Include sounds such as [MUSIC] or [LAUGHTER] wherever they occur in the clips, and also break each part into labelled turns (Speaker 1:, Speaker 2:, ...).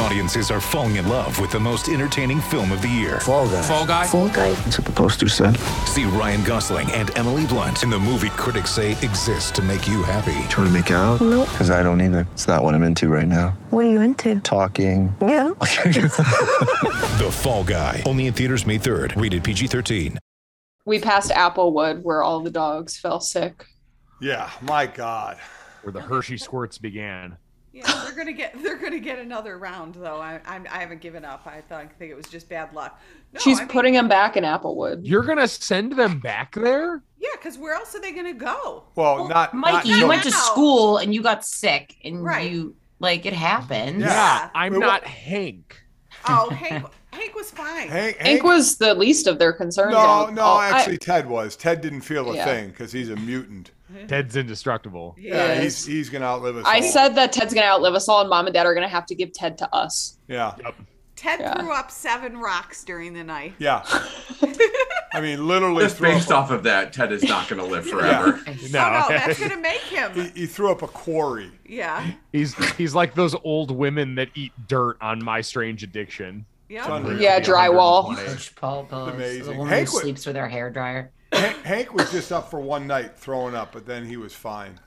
Speaker 1: Audiences are falling in love with the most entertaining film of the year.
Speaker 2: Fall guy.
Speaker 3: Fall guy.
Speaker 4: Full guy.
Speaker 5: That's what the poster said.
Speaker 1: See Ryan Gosling and Emily Blunt in the movie critics say exists to make you happy.
Speaker 5: Trying to make it out? Because I don't either. It's not what I'm into right now.
Speaker 4: What are you into?
Speaker 5: Talking.
Speaker 4: Yeah.
Speaker 1: The Fall Guy. Only in theaters May 3rd. Rated PG 13.
Speaker 6: We passed Applewood where all the dogs fell sick.
Speaker 7: Yeah, my God.
Speaker 8: where the Hershey squirts began.
Speaker 9: Yeah, they're gonna get they're gonna get another round though. I I'm, I haven't given up. I thought I think it was just bad luck. No,
Speaker 6: She's
Speaker 9: I mean,
Speaker 6: putting him back in Applewood.
Speaker 8: You're gonna send them back there?
Speaker 9: yeah, because where else are they gonna go?
Speaker 7: Well,
Speaker 10: Well,
Speaker 7: not
Speaker 10: Mikey,
Speaker 7: Not,
Speaker 10: you
Speaker 7: no,
Speaker 10: went to
Speaker 9: Wow.
Speaker 10: school and you got sick and
Speaker 9: Right.
Speaker 10: you like it happened.
Speaker 7: Yeah.
Speaker 8: I'm
Speaker 7: Well,
Speaker 8: not Hank.
Speaker 9: [LAUGHS] Oh, Hank Hank was fine.
Speaker 7: Hank,
Speaker 6: Hank
Speaker 7: Hank
Speaker 6: was the least of their concerns.
Speaker 7: No,
Speaker 6: I-
Speaker 7: no,
Speaker 6: oh, I-
Speaker 7: actually, Ted was. Ted didn't feel a
Speaker 6: Yeah.
Speaker 7: thing because he's a mutant.
Speaker 8: Ted's indestructible.
Speaker 7: Yeah,
Speaker 6: Yes.
Speaker 7: he's he's gonna outlive us.
Speaker 6: I
Speaker 7: all.
Speaker 6: said that Ted's gonna outlive us all, and Mom and Dad are gonna have to give Ted to us.
Speaker 7: Yeah,
Speaker 9: Ted
Speaker 6: Yeah.
Speaker 9: threw up seven rocks during the night.
Speaker 7: yeah. I mean, literally,
Speaker 3: Just
Speaker 7: threw
Speaker 3: based
Speaker 7: up,
Speaker 3: off of that, Ted is not going to live forever.
Speaker 8: No.
Speaker 9: Oh no,
Speaker 7: [LAUGHS]
Speaker 9: that's gonna make him.
Speaker 7: he, he threw up a quarry.
Speaker 9: Yeah.
Speaker 8: He's he's like those old women that eat dirt on My Strange Addiction.
Speaker 7: It's
Speaker 9: Yeah.
Speaker 7: unreal.
Speaker 6: Yeah, drywall.
Speaker 10: Huge Paul Pills, the
Speaker 7: amazing.
Speaker 10: woman
Speaker 7: Hank
Speaker 10: who
Speaker 7: was-
Speaker 10: sleeps with her hair dryer.
Speaker 7: Hank, Hank was just up for one night throwing up, but then he was fine.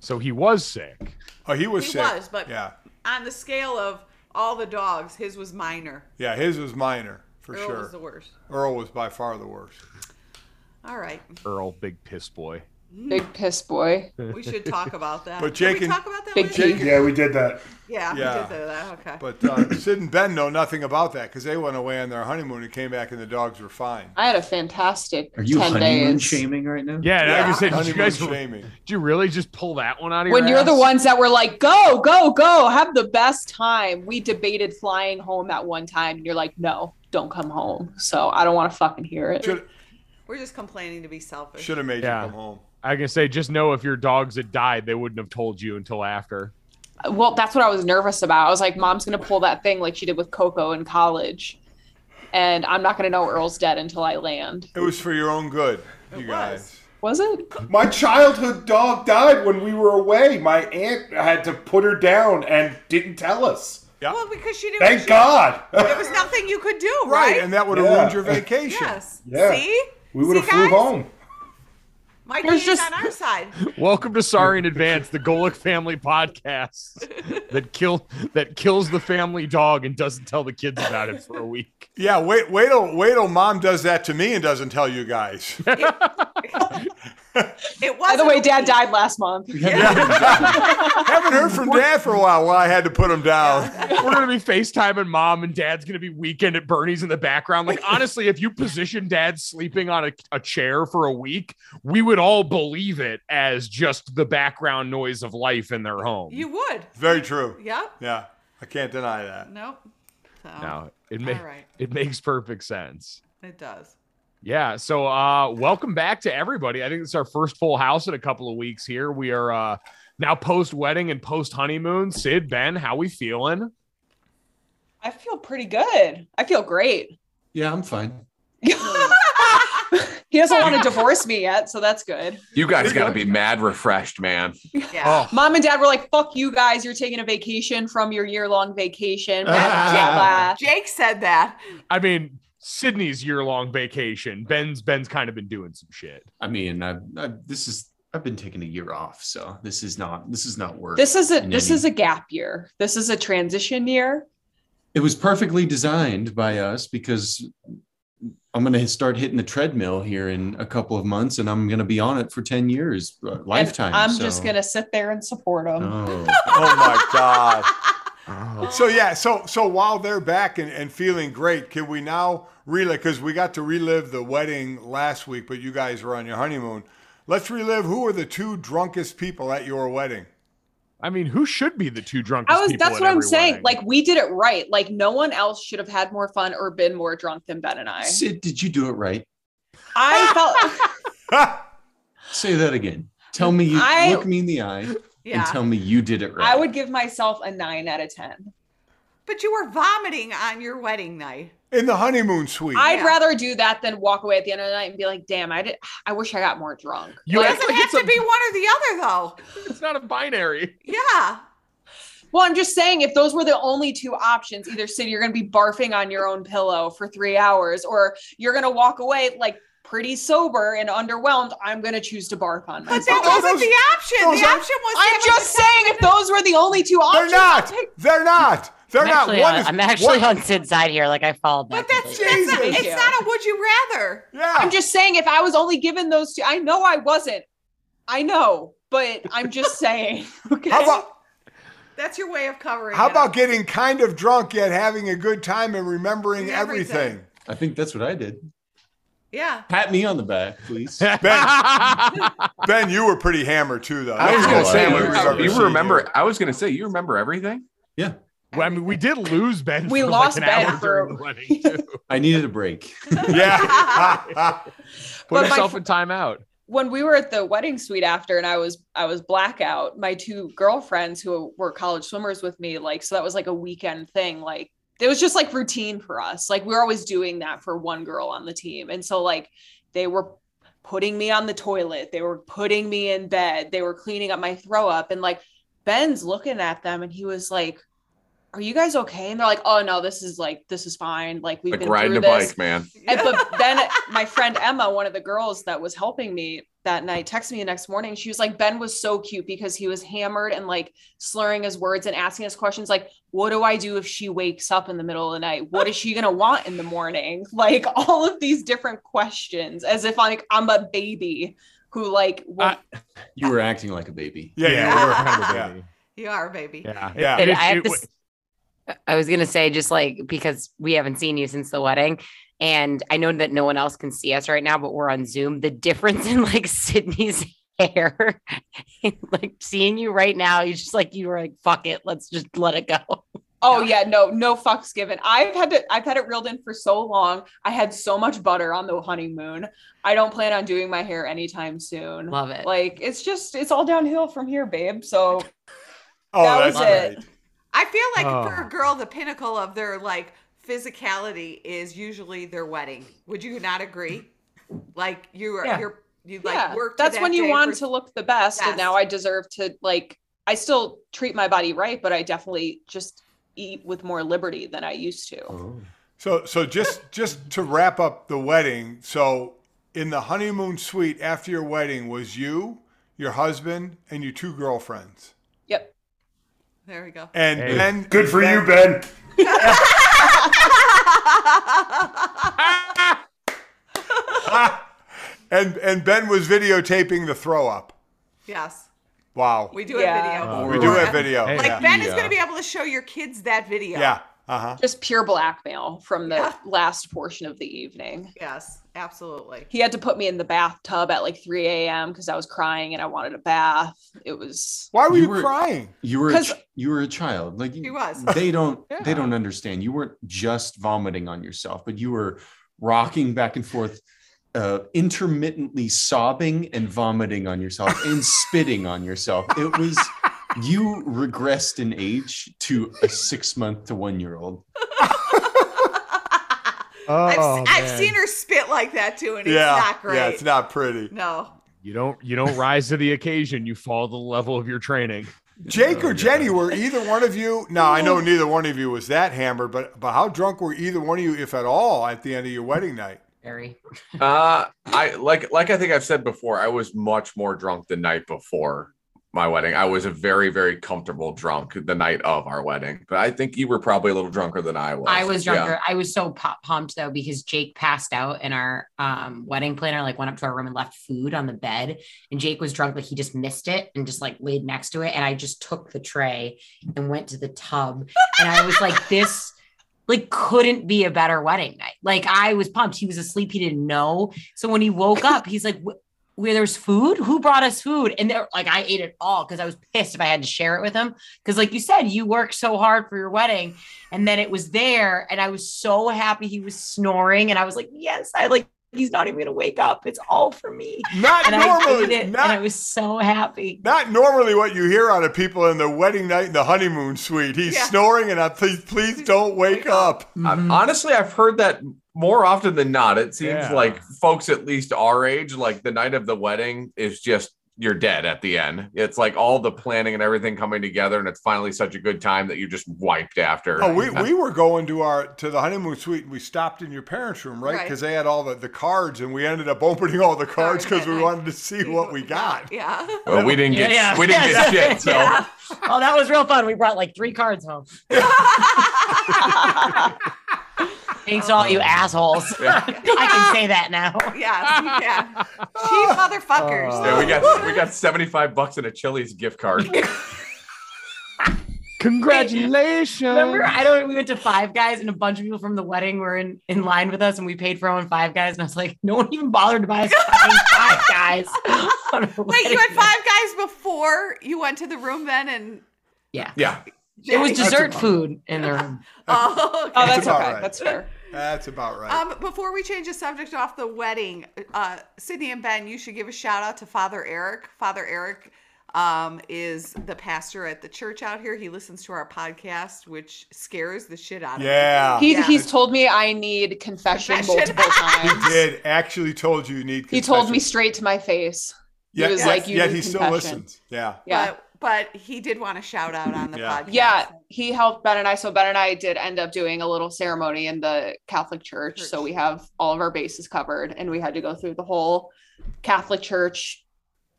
Speaker 8: So he was sick.
Speaker 7: Oh, he was
Speaker 9: He
Speaker 7: sick.
Speaker 9: was, but
Speaker 7: yeah,
Speaker 9: on the scale of all the dogs, his was minor.
Speaker 7: yeah, his was minor for
Speaker 9: Earl
Speaker 7: sure.
Speaker 9: was the worst.
Speaker 7: Earl was by far the worst.
Speaker 9: All right.
Speaker 8: Earl, big piss boy.
Speaker 6: Big piss boy.
Speaker 9: We should talk about that.
Speaker 7: But
Speaker 9: Did we
Speaker 7: Jake and-
Speaker 9: talk about that
Speaker 6: Big
Speaker 9: last
Speaker 6: Jake-
Speaker 9: week?
Speaker 2: Yeah, we did that.
Speaker 9: Yeah,
Speaker 7: Yeah.
Speaker 9: we did do that. Okay.
Speaker 7: But uh, Sid and Ben know nothing about that because they went away on their honeymoon and came back and the dogs were fine.
Speaker 6: I had a fantastic
Speaker 5: Are you
Speaker 6: ten
Speaker 5: honeymoon
Speaker 6: days.
Speaker 5: shaming right now?
Speaker 8: Yeah, and I was saying, did you
Speaker 7: honeymoon
Speaker 8: guys did
Speaker 7: shaming.
Speaker 8: [LAUGHS] you really just pull that one out of your
Speaker 6: When you're the
Speaker 8: ass?
Speaker 6: ones that were like, "Go, go, go! Have the best time." We debated flying home at one time, and you're like, "No, don't come home." So I don't want to fucking hear it.
Speaker 7: Should
Speaker 9: We're just complaining to be selfish.
Speaker 7: should have made
Speaker 8: Yeah.
Speaker 7: you come home.
Speaker 8: I can say just know if your dogs had died, they wouldn't have told you until after.
Speaker 6: Well, that's what I was nervous about. I was like, "Mom's gonna pull that thing like she did with Coco in college," and I'm not gonna know Earl's dead until I land.
Speaker 7: It was for your own good,
Speaker 9: was.
Speaker 7: you guys.
Speaker 6: Was it?
Speaker 11: My childhood dog died when we were away. My aunt had to put her down and didn't tell us.
Speaker 7: Yeah.
Speaker 9: Well, because she didn't.
Speaker 11: Thank
Speaker 9: she-
Speaker 11: God.
Speaker 9: There was nothing you could do,
Speaker 7: Right,
Speaker 9: right?
Speaker 7: and that would have
Speaker 11: Yeah.
Speaker 7: ruined your vacation.
Speaker 9: yes.
Speaker 11: Yeah.
Speaker 9: See?
Speaker 11: we would have
Speaker 9: See,
Speaker 11: flew
Speaker 9: guys?
Speaker 11: home.
Speaker 9: Mikey
Speaker 6: There's
Speaker 9: is on
Speaker 6: just-
Speaker 9: our
Speaker 6: [LAUGHS]
Speaker 9: side.
Speaker 8: Welcome to Sorry in Advance, the Golic family podcast that kill that kills the family dog and doesn't tell the kids about it for a week.
Speaker 7: Yeah, wait, wait till wait till mom does that to me and doesn't tell
Speaker 8: [LAUGHS]
Speaker 7: you guys.
Speaker 9: It was.
Speaker 6: By the way, Dad died last month.
Speaker 7: Haven't heard from dad for a while. Well, I had to put him down.
Speaker 8: We're gonna be FaceTiming mom and dad's gonna be weekend at Bernie's in the background. Like honestly, if you position dad sleeping on a, a chair for a week, we would all believe it as just the background noise of life in their home.
Speaker 9: You would.
Speaker 7: Very true.
Speaker 9: Yep.
Speaker 7: Yeah, I can't deny that.
Speaker 9: Nope. So,
Speaker 8: no, it ma-
Speaker 9: All right.
Speaker 8: it makes perfect sense.
Speaker 9: It
Speaker 6: [LAUGHS]
Speaker 9: does.
Speaker 8: Yeah. So, uh, welcome back to everybody. I think it's our first full house in a couple of weeks here. We are uh, now post wedding and post honeymoon. Sid, Ben, how we feeling?
Speaker 6: I feel pretty good. I feel great.
Speaker 5: Yeah, I'm fine.
Speaker 6: [LAUGHS] he doesn't want to divorce me yet, so that's good.
Speaker 3: You guys got to be mad refreshed, man.
Speaker 9: Yeah.
Speaker 6: Mom and dad were like, fuck you guys. You're taking a vacation from your year long
Speaker 5: [LAUGHS]
Speaker 6: vacation. Blah, blah, blah.
Speaker 9: Jake said that.
Speaker 8: I mean, Sydney's year long vacation. Ben's Ben's kind of been doing some shit.
Speaker 5: I mean, I, I, this is I've been taking a year off, so this is not this is not work.
Speaker 6: This is a
Speaker 5: in
Speaker 6: this
Speaker 5: any-
Speaker 6: is a gap year. This is a transition year.
Speaker 5: It was perfectly designed by us because I'm going to start hitting the treadmill here in a couple of months, and I'm going to be on it for ten years, uh,
Speaker 6: and
Speaker 5: lifetime.
Speaker 6: I'm
Speaker 5: so-
Speaker 6: just gonna sit there and support him.
Speaker 5: Oh.
Speaker 7: Oh my god.
Speaker 5: Oh.
Speaker 7: So yeah, so so while they're back and, and feeling great, can we now relive? Because we got to relive the wedding last week, but you guys were on your honeymoon. Let's relive. Who were the two drunkest people at your wedding? [LAUGHS]
Speaker 8: I mean, who should be the two drunkest?
Speaker 6: I was
Speaker 8: people
Speaker 6: that's
Speaker 8: at
Speaker 6: what I'm
Speaker 8: every
Speaker 6: saying.
Speaker 8: wedding?
Speaker 6: Like we did it right. Like no one else should have had more fun or been more drunk than Ben and I.
Speaker 5: Sid, did you do it right?
Speaker 6: I felt
Speaker 5: Say that again. Tell me [LAUGHS] you
Speaker 6: I-
Speaker 5: look me in the eye
Speaker 9: Yeah.
Speaker 5: and tell me you did it right.
Speaker 6: I would give myself a nine out of ten.
Speaker 9: But you were vomiting on your wedding night.
Speaker 7: in the honeymoon suite.
Speaker 6: I'd rather do that than walk away at the end of the night and be like, "Damn, I did. I wish I got more drunk."
Speaker 8: You
Speaker 6: Like-
Speaker 8: act like it's
Speaker 9: It'd be one or the other, though.
Speaker 8: [LAUGHS] It's not a binary.
Speaker 9: Yeah.
Speaker 6: Well, I'm just saying, if those were the only two options, either Sid, you're going to be barfing on your own pillow for three hours, or you're going to walk away like pretty sober and underwhelmed, I'm going to choose to barf on myself.
Speaker 9: that But wasn't those- the option. The those are- option was to
Speaker 6: I'm
Speaker 9: have a
Speaker 6: just saying, if those were the only two
Speaker 7: They're
Speaker 6: options,
Speaker 7: not. They're not. They're
Speaker 6: I'm
Speaker 7: not.
Speaker 10: actually
Speaker 7: One
Speaker 10: on-
Speaker 7: is-
Speaker 10: I'm actually
Speaker 7: one-
Speaker 10: on Sid's side here. Like I followed back.
Speaker 9: That's,
Speaker 10: completely.
Speaker 9: that's
Speaker 7: Jesus.
Speaker 9: it's not a would you rather.
Speaker 7: Yeah.
Speaker 6: I'm just saying, if I was only given those two, I know I wasn't. I know, but I'm just saying. [LAUGHS] Okay.
Speaker 7: How about
Speaker 9: That's your way of covering.
Speaker 7: how
Speaker 9: it
Speaker 7: about
Speaker 9: up.
Speaker 7: getting kind of drunk yet having a good time and remembering
Speaker 9: Everything.
Speaker 7: everything?
Speaker 5: I think that's what I did.
Speaker 9: Yeah.
Speaker 5: Pat me on the back, please.
Speaker 8: [LAUGHS]
Speaker 7: Ben, you were pretty hammered too, though.
Speaker 3: I was
Speaker 7: That's
Speaker 3: gonna
Speaker 7: the
Speaker 3: say
Speaker 7: hammered
Speaker 3: you-
Speaker 7: we've ever
Speaker 3: you
Speaker 7: seen
Speaker 3: remember. I was gonna say you remember everything.
Speaker 5: Yeah.
Speaker 8: Well, I mean, we did lose Ben.
Speaker 6: We
Speaker 8: for
Speaker 6: lost
Speaker 8: like an hour
Speaker 6: Ben for-
Speaker 8: during the
Speaker 6: [LAUGHS]
Speaker 8: wedding. Too.
Speaker 5: I needed a break.
Speaker 7: Yeah. [LAUGHS]
Speaker 8: Put
Speaker 6: But my-
Speaker 8: yourself in timeout.
Speaker 6: when we were at the wedding suite after and I was I was blackout, my two girlfriends who were college swimmers with me, like so that was like a weekend thing. Like it was just like routine for us. Like we were always doing that for one girl on the team. And so like they were putting me on the toilet, they were putting me in bed, they were cleaning up my throw up and like Ben's looking at them and he was like, Are you guys okay? And they're like, Oh no, this is like this is fine. Like we've
Speaker 3: Like
Speaker 6: been
Speaker 3: riding
Speaker 6: through
Speaker 3: a
Speaker 6: this.
Speaker 3: bike, man.
Speaker 6: And, but then
Speaker 9: [LAUGHS]
Speaker 6: my friend Emma, one of the girls that was helping me that night, texted me the next morning. She was like, Ben was so cute because he was hammered and like slurring his words and asking us questions like, What do I do if she wakes up in the middle of the night? What is she going to want in the morning? [LAUGHS] Like all of these different questions as if like I'm a baby who like, wa-
Speaker 5: You were acting like a baby.
Speaker 7: Yeah, yeah,
Speaker 9: Yeah.
Speaker 7: we were
Speaker 9: [LAUGHS] Kind
Speaker 7: yeah.
Speaker 9: You are, baby.
Speaker 8: Yeah.
Speaker 7: Yeah.
Speaker 10: But
Speaker 8: It-
Speaker 10: I have
Speaker 8: it
Speaker 10: to.
Speaker 8: wa-
Speaker 10: s- I was gonna say just like because we haven't seen you since the wedding, and I know that no one else can see us right now, but we're on Zoom. The difference [LAUGHS] in like Sydney's hair, like seeing you right now, you just like you were like fuck it, let's just let it go.
Speaker 6: Oh yeah, no, no fucks given. I've had to I've had it reeled in for so long. I had so much butter on the honeymoon. I don't plan on doing my hair anytime soon.
Speaker 10: Love it.
Speaker 6: Like it's just it's all downhill from here, babe. So
Speaker 7: Oh,
Speaker 6: That
Speaker 7: that's
Speaker 6: was it.
Speaker 7: great.
Speaker 9: I feel like for
Speaker 8: Oh.
Speaker 9: a girl, the pinnacle of their like physicality is usually their wedding. Would you not agree? Like you are,
Speaker 10: Yeah.
Speaker 9: you're, you like
Speaker 6: yeah,
Speaker 9: work.
Speaker 6: that's when you want to look the best.
Speaker 9: Yes.
Speaker 6: And now I deserve to like I still treat my body right, but I definitely just eat with more liberty than I used to.
Speaker 7: Uh-huh. So so just just to wrap up the wedding, so in the honeymoon suite after your wedding was you, your husband, and your two girlfriends.
Speaker 6: Yep.
Speaker 9: There we go.
Speaker 7: And
Speaker 8: Hey.
Speaker 7: Ben
Speaker 11: Good for you, Ben.
Speaker 7: and and Ben was videotaping the throw up.
Speaker 9: yes,
Speaker 7: Wow.
Speaker 9: we do
Speaker 6: Yeah.
Speaker 9: have video.
Speaker 7: We do have video.
Speaker 8: Hey.
Speaker 9: Like
Speaker 7: yeah.
Speaker 9: Ben is going to be able to show your kids that video.
Speaker 7: yeah. Uh-huh.
Speaker 6: Just pure blackmail from the
Speaker 9: Yeah.
Speaker 6: last portion of the evening.
Speaker 9: Yes, absolutely.
Speaker 6: he had to put me in the bathtub at like 3 a.m. because I was crying and I wanted a bath. It
Speaker 9: [LAUGHS]
Speaker 6: was
Speaker 7: Why were
Speaker 5: You
Speaker 7: you,
Speaker 5: were-
Speaker 7: crying?
Speaker 5: You were a
Speaker 6: 'Cause-
Speaker 5: ch- you were a child. Like
Speaker 9: He was.
Speaker 5: They don't
Speaker 8: Yeah.
Speaker 5: they don't understand. You weren't just vomiting on yourself, but you were rocking back and forth, uh, intermittently sobbing and vomiting on yourself and spitting on yourself. It was you regressed in age to a six month to one year old.
Speaker 9: I've,
Speaker 8: Oh,
Speaker 9: I've
Speaker 8: man.
Speaker 9: seen her spit like that too, and it's
Speaker 7: yeah.
Speaker 9: not great.
Speaker 7: Yeah, it's not pretty.
Speaker 9: no.
Speaker 8: You don't you don't rise to the occasion. You follow the level of your training.
Speaker 7: Jake or Jenny, were either one of you? No, I know neither one of you was that hammered, but but how drunk were either one of you, if at all, at the end of your wedding night?
Speaker 10: Very.
Speaker 3: Uh, I like like I think I've said before. I was much [LAUGHS] more drunk the night before my wedding. I was a very very comfortable drunk the night of our wedding. But I think you were probably a little drunker than I was.
Speaker 10: I was
Speaker 3: Yeah.
Speaker 10: drunker. I was so pop- pumped though because Jake passed out and our um, wedding planner like went up to our room and left food on the bed, and Jake was drunk like he just missed it and just like laid next to it, and I just took the tray and went to the tub, and I was
Speaker 7: [LAUGHS]
Speaker 10: like this. Like couldn't be a better wedding night. Like I was pumped. He was asleep. He didn't know. So when he woke up, he's like, "Wh- "Where there's food? Who brought us food?" And they're like, "I ate it all because I was pissed if I had to share it with him." Because like you said, you worked so hard for your wedding, and then it was there and i was so happy he was snoring and i was like yes i like
Speaker 12: he's not even gonna wake up. It's all for me.
Speaker 7: Not
Speaker 12: and I did
Speaker 7: normally,
Speaker 12: it,
Speaker 7: not-
Speaker 12: and I was so happy.
Speaker 7: Not normally what you hear out of people in the wedding night and the honeymoon suite. He's
Speaker 12: Yeah.
Speaker 7: snoring, and I please, please don't wake up.
Speaker 8: Mm-hmm.
Speaker 3: honestly, I've heard that more often than not. It seems
Speaker 7: Yeah.
Speaker 3: like folks at least our age, like the night of the wedding, is just you're dead at the end. It's like all the planning and everything coming together, and it's finally such a good time that you're just wiped after. Uh,
Speaker 7: Oh, we, we were going to our to the honeymoon suite and we stopped in your parents' room, right?
Speaker 3: Right.
Speaker 7: Because they had all the, the cards, and we ended up opening all
Speaker 6: Oh,
Speaker 7: the cards because we wanted to see what we got.
Speaker 9: Yeah.
Speaker 3: Well, we didn't get
Speaker 10: Yeah, yeah.
Speaker 3: we didn't
Speaker 8: [LAUGHS]
Speaker 3: get shit. So
Speaker 10: Yeah. Oh, that was real fun. We brought like three cards home. Thanks to all you assholes.
Speaker 3: Yeah.
Speaker 10: [LAUGHS] I can say that now.
Speaker 9: Yes, you can. Cheap motherfuckers.
Speaker 8: Uh,
Speaker 3: yeah, we got we got seventy five bucks in a Chili's gift
Speaker 8: [LAUGHS]
Speaker 3: card.
Speaker 8: Congratulations.
Speaker 10: Remember, I don't. We went to Five Guys, and a bunch of people from the wedding were in, in line with us, and we paid for our own Five Guys. And I was like, no one even bothered to buy us
Speaker 9: [LAUGHS]
Speaker 10: fucking Five Guys. on our
Speaker 9: Wait, you
Speaker 10: wedding
Speaker 9: had
Speaker 10: night.
Speaker 9: five guys before you went to the room then and
Speaker 10: Yeah.
Speaker 3: Yeah.
Speaker 10: It was
Speaker 9: That's
Speaker 10: dessert
Speaker 9: a-
Speaker 10: food in the room.
Speaker 9: Oh, okay.
Speaker 10: Oh, that's
Speaker 7: about
Speaker 10: okay. That's fair.
Speaker 7: That's about right.
Speaker 9: Um, before we change the subject off the wedding, uh, Sydney and Ben, you should give a shout out to Father Eric. Father Eric um, is the pastor at the church out here. He listens to our podcast, which scares the shit out of
Speaker 7: Oh, Yeah.
Speaker 9: me.
Speaker 6: He, He's told me I need confession,
Speaker 9: Confession.
Speaker 6: multiple times.
Speaker 7: [LAUGHS] he did actually told you you need.
Speaker 6: He told
Speaker 7: confession.
Speaker 6: me straight to my face.
Speaker 7: Yeah,
Speaker 6: he was
Speaker 7: yeah,
Speaker 6: like, you
Speaker 7: yeah,
Speaker 6: need
Speaker 7: he still
Speaker 6: confession.
Speaker 7: listens. Yeah.
Speaker 6: Yeah.
Speaker 9: But, but he did want a shout out on the
Speaker 7: Yeah.
Speaker 9: podcast.
Speaker 6: Yeah, he helped Ben and I. So Ben and I did end up doing a little ceremony in the Catholic Church. So we have all of our bases covered, and we had to go through the whole Catholic Church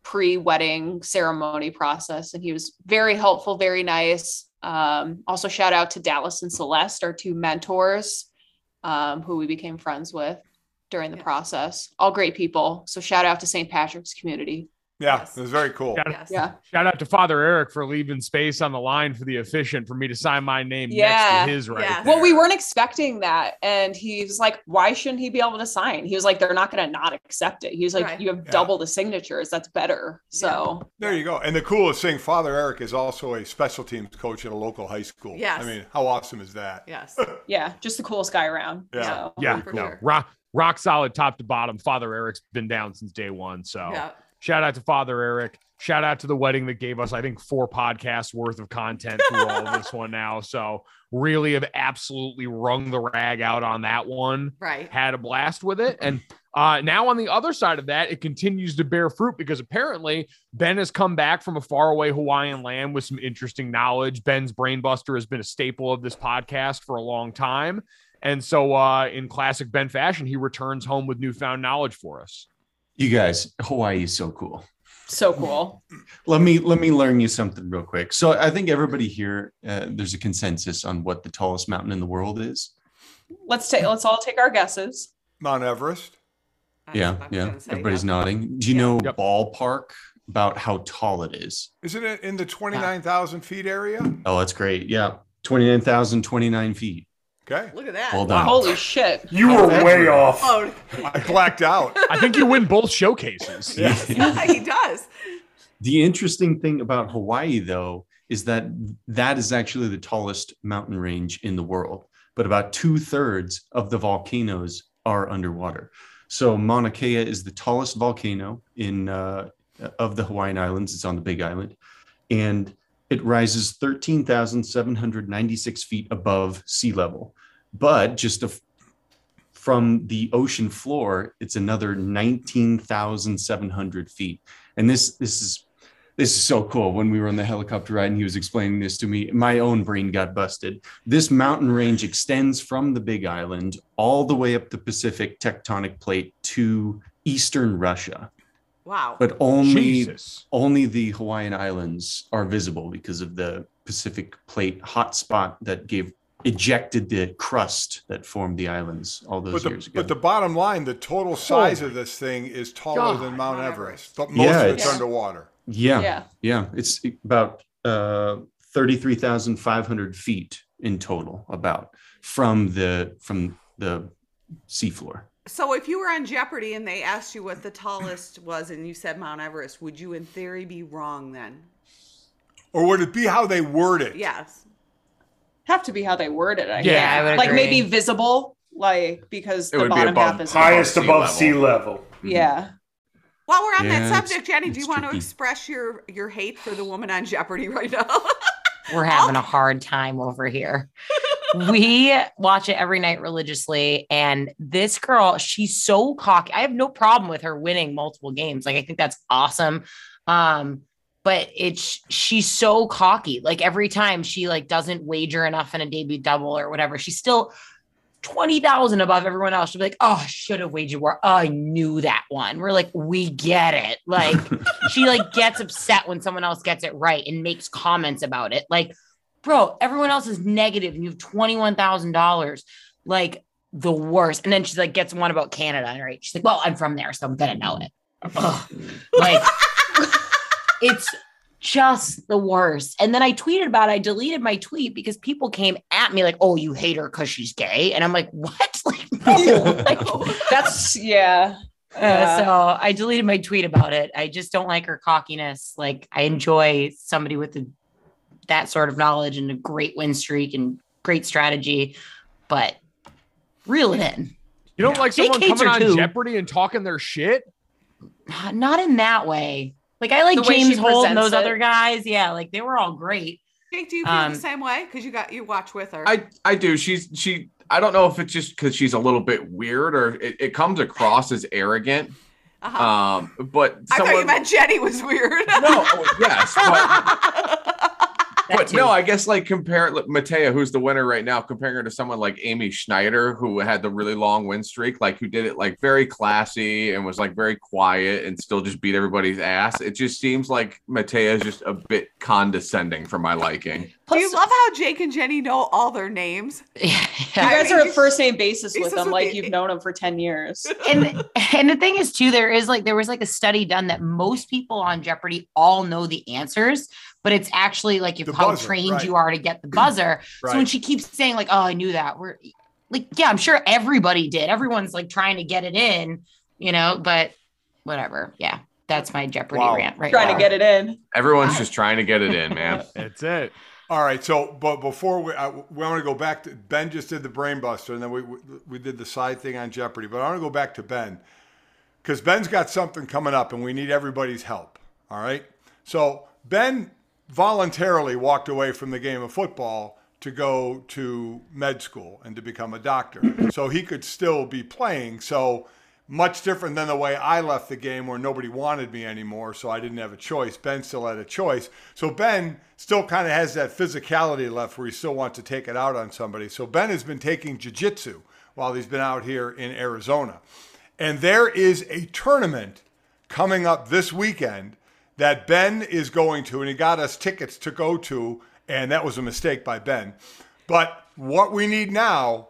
Speaker 6: pre-wedding ceremony process. And he was very helpful, very nice. Um, also, shout out to Dallas and Celeste, our two mentors, um, who we became friends with during the process. All great people. So shout out to St. Patrick's community.
Speaker 7: Yeah, it was very cool.
Speaker 8: Shout,
Speaker 6: Yeah.
Speaker 8: shout out to Father Eric for leaving space on the line for the efficient for me to sign my name next to his right.
Speaker 6: Well, we weren't expecting that. And he was like, why shouldn't he be able to sign? He was like, they're not going to not accept it. He was like,
Speaker 9: Right.
Speaker 6: you have double the signatures. That's better. So
Speaker 7: There you go. And the coolest thing, Father Eric is also a special teams coach at a local high school.
Speaker 6: Yes.
Speaker 7: I mean, how awesome is that?
Speaker 9: Yes.
Speaker 6: yeah, just the coolest guy around.
Speaker 7: Yeah.
Speaker 6: So,
Speaker 8: yeah, no, rock rock solid top to bottom. Father Eric's been down since day one. So
Speaker 6: Yeah.
Speaker 8: shout out to Father Eric. Shout out to the wedding that gave us, I think, four podcasts worth of content through all of this one now. So really have absolutely wrung the rag out on that one.
Speaker 9: Right.
Speaker 8: Had a blast with it. And uh, now on the other side of that, it continues to bear fruit because apparently Ben has come back from a faraway Hawaiian land with some interesting knowledge. Ben's brainbuster has been a staple of this podcast for a long time. And so, uh, in classic Ben fashion, he returns home with newfound knowledge for us.
Speaker 5: You guys, Hawaii is so cool.
Speaker 6: so cool.
Speaker 5: Let me let me learn you something real quick. So I think everybody here, uh, there's a consensus on what the tallest mountain in the world is.
Speaker 6: Let's take, let's all take our guesses.
Speaker 7: Mount Everest.
Speaker 5: yeah, yeah. Everybody's nodding. Do you know ballpark about how tall it is?
Speaker 7: Isn't it in the 29,000 feet area?
Speaker 5: Oh, that's great. Yeah, twenty nine thousand twenty nine feet.
Speaker 7: Okay.
Speaker 9: Look at that.
Speaker 5: Well done.
Speaker 6: Holy shit.
Speaker 5: You were way off.
Speaker 9: Oh, [LAUGHS]
Speaker 7: I blacked out. [LAUGHS]
Speaker 8: I think you win both showcases.
Speaker 6: [LAUGHS]
Speaker 9: yeah, he does.
Speaker 5: The interesting thing about Hawaii, though, is that that is actually the tallest mountain range in the world, but about two thirds of the volcanoes are underwater. So Mauna Kea is the tallest volcano in uh, of the Hawaiian Islands. It's on the Big Island, and it rises 13,796 feet above sea level. But just a f- from the ocean floor, it's another 19,700 feet. And this this is this is so cool. When we were on the helicopter ride and he was explaining this to me, my own brain got busted. This mountain range extends from the Big Island all the way up the Pacific tectonic plate to eastern Russia.
Speaker 9: Wow.
Speaker 5: But only Oh, only the Hawaiian Islands are visible because of the Pacific plate hotspot that gave ejected the crust that formed the islands all those
Speaker 7: But the,
Speaker 5: years ago.
Speaker 7: but the bottom line, the total size
Speaker 5: Oh
Speaker 7: of this thing is taller
Speaker 5: God.
Speaker 7: than Mount Everest, but most
Speaker 5: Yeah,
Speaker 7: of it's
Speaker 5: it's-
Speaker 7: underwater.
Speaker 5: Yeah.
Speaker 7: Yeah.
Speaker 5: Yeah. It's about uh, 33,500 feet in total about from the from the seafloor.
Speaker 9: So if you were on Jeopardy and they asked you what the tallest was and you said Mount Everest, would you in theory be wrong then?
Speaker 7: Or would it be how they word it?
Speaker 9: Yes.
Speaker 6: Have to be how they word it. I
Speaker 7: Yeah,
Speaker 6: guess.
Speaker 7: I would
Speaker 6: like
Speaker 7: agree.
Speaker 6: maybe visible, like because
Speaker 11: It
Speaker 6: the
Speaker 11: would be
Speaker 6: bottom half
Speaker 11: above-
Speaker 6: is
Speaker 11: highest above sea level.
Speaker 6: Yeah.
Speaker 9: While we're on
Speaker 11: Yeah,
Speaker 9: that
Speaker 11: it's-
Speaker 9: subject, Jenny, do you
Speaker 11: it's
Speaker 9: want to
Speaker 11: tricky.
Speaker 9: express your your hate for the woman on Jeopardy [LAUGHS] right now?
Speaker 10: We're having a hard time over here. we watch it every night religiously. And this girl, she's so cocky. I have no problem with her winning multiple games. Like, I think that's awesome. Um, but it's she's so cocky. Like every time she like doesn't wager enough in a debut double or whatever, she's still 20,000 above everyone else. She'll be like, oh, I should have wagered more. Oh, I knew that one. We're like, we get it. Like she like gets upset when someone else gets it right and makes comments about it. Like, bro, everyone else is negative and you have $21,000. Like the worst. And then she's like, gets one about Canada. Right. She's like, well, I'm from there. So I'm going to know it. Ugh. Like it's just the worst. And then I tweeted about it. I deleted my tweet because people came at me like, oh, you hate her because she's gay. And I'm like, what? [LAUGHS]
Speaker 6: That's yeah.
Speaker 10: Uh,
Speaker 6: Yeah.
Speaker 10: so I deleted my tweet about it. I just don't like her cockiness. Like I enjoy somebody with the, that sort of knowledge and a great win streak and great strategy, but reel it in.
Speaker 8: You don't like
Speaker 10: Jake
Speaker 8: someone
Speaker 10: hates
Speaker 8: coming on
Speaker 10: her too.
Speaker 8: Jeopardy and talking their shit?
Speaker 10: Not in that way. Like I like
Speaker 8: The way she
Speaker 10: James Holt and
Speaker 8: presents
Speaker 10: those
Speaker 8: it.
Speaker 10: other guys. Yeah, like they were all great.
Speaker 9: Jake, do you feel
Speaker 10: Um,
Speaker 9: the same way? Because you got you watch with her.
Speaker 3: I I do. She's she. I don't know if it's just because she's a little bit weird or it, it comes across as arrogant.
Speaker 9: Uh-huh.
Speaker 3: Um, but
Speaker 9: I thought you
Speaker 3: someone,
Speaker 9: meant Jenny was weird. [LAUGHS]
Speaker 3: no, oh, yes, but, but no, I guess like compare like, Matea, who's the winner right now, comparing her to someone like Amy Schneider, who had the really long win streak, like who did it like very classy and was like very quiet and still just beat everybody's ass. It just seems like Matea is just a bit condescending for my liking.
Speaker 9: Do you
Speaker 10: [LAUGHS]
Speaker 9: love how Jake and Jenny know all their names?
Speaker 6: You guys are a first name basis
Speaker 9: Basis
Speaker 6: with them,
Speaker 9: with
Speaker 6: like
Speaker 9: the-
Speaker 6: you've known them for 10 years.
Speaker 10: and and the thing is too there is like there was like a study done that most people on jeopardy all know the answers but it's actually like if how
Speaker 6: buzzer,
Speaker 10: trained
Speaker 6: right.
Speaker 10: you are to get the buzzer so when
Speaker 6: Right.
Speaker 10: she keeps saying like oh i knew that we're like yeah i'm sure everybody did everyone's like trying to get it in you know but whatever yeah that's my jeopardy rant right now.
Speaker 6: it in.
Speaker 3: Everyone's just trying to get it in, man.
Speaker 8: [LAUGHS] That's it.
Speaker 7: All right. So, but before we, I, we want to go back to Ben. Just did the brain buster, and then we we, we did the side thing on Jeopardy. But I want to go back to Ben because Ben's got something coming up, and we need everybody's help. All right. So Ben voluntarily walked away from the game of football to go to med school and to become a doctor, so he could still be playing. So much different than the way I left the game where nobody wanted me anymore, so I didn't have a choice. Ben still had a choice. So Ben still kind of has that physicality left where he still wants to take it out on somebody. So Ben has been taking jiu-jitsu while he's been out here in Arizona. And there is a tournament coming up this weekend that Ben is going to, and he got us tickets to go to, and that was a mistake by Ben. But what we need now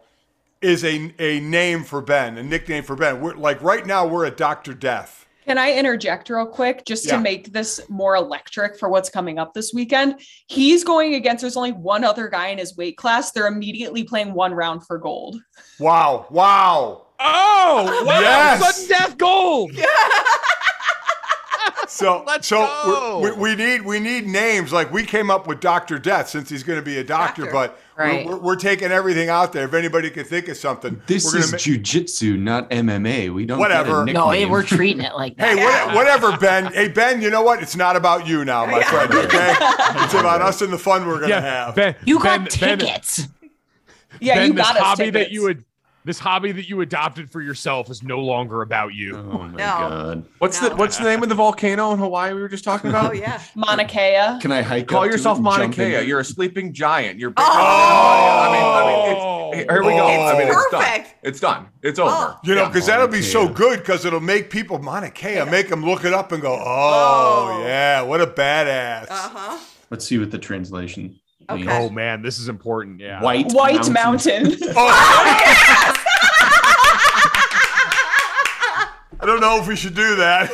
Speaker 7: is a, a name for Ben, a nickname for Ben. We're like right now we're at Doctor Death.
Speaker 6: Can I interject real quick just
Speaker 7: Yeah.
Speaker 6: to make this more electric for what's coming up this weekend? He's going against, there's only one other guy in his weight class. They're immediately playing one round for gold.
Speaker 7: Wow! Wow!
Speaker 8: Oh!
Speaker 6: wow,
Speaker 8: sudden death gold.
Speaker 7: So
Speaker 8: Let's
Speaker 7: so
Speaker 8: go.
Speaker 7: we're- We, we need we need names. Like we came up with Doctor Death since he's going to be a doctor, but we're-
Speaker 10: Right.
Speaker 7: we're, we're taking everything out there. If anybody can think of something,
Speaker 5: This
Speaker 7: we're gonna
Speaker 5: is
Speaker 7: ma-
Speaker 5: jujitsu, not MMA. We don't
Speaker 7: Whatever.
Speaker 5: Get a
Speaker 7: No,
Speaker 5: nickname.
Speaker 10: we're treating it like
Speaker 7: [LAUGHS] Hey, what, whatever, Ben. Hey, Ben, you know what? It's not about you now, my friend, okay? It's about us and the fun we're going to have.
Speaker 8: Ben,
Speaker 10: you
Speaker 8: got
Speaker 10: tickets.
Speaker 6: Yeah,
Speaker 8: ben,
Speaker 6: you
Speaker 8: this
Speaker 6: got us
Speaker 8: hobby that
Speaker 6: tickets.
Speaker 8: you would this hobby that you adopted for yourself is no longer about you. Oh
Speaker 3: [LAUGHS]
Speaker 8: my
Speaker 9: God.
Speaker 3: What's the what's the name of the volcano in Hawaii we were just talking
Speaker 9: Oh,
Speaker 3: about? [LAUGHS]
Speaker 9: yeah.
Speaker 6: Mauna Kea.
Speaker 5: Can I hike?
Speaker 3: Call
Speaker 5: up to
Speaker 3: yourself
Speaker 5: it and
Speaker 3: Mauna
Speaker 5: jump in
Speaker 3: Kea.
Speaker 5: there?
Speaker 3: You're a sleeping giant. You're bigger
Speaker 5: Oh.
Speaker 3: than everybody. I mean, I
Speaker 8: Oh.
Speaker 3: mean, it's, here we
Speaker 9: Oh,
Speaker 3: go. Oh, I mean, it's done. It's done. It's over.
Speaker 7: You Oh, know,
Speaker 3: Yeah.
Speaker 7: because that'll be so good because it'll make people, Mauna Kea, make them look it up and go, oh, yeah, what a badass.
Speaker 9: Uh-huh.
Speaker 5: Let's see what the translation.
Speaker 9: Okay.
Speaker 8: Oh man, this is important. Yeah.
Speaker 5: White
Speaker 6: White Mountain.
Speaker 7: [LAUGHS] Oh, I don't know if we should do that.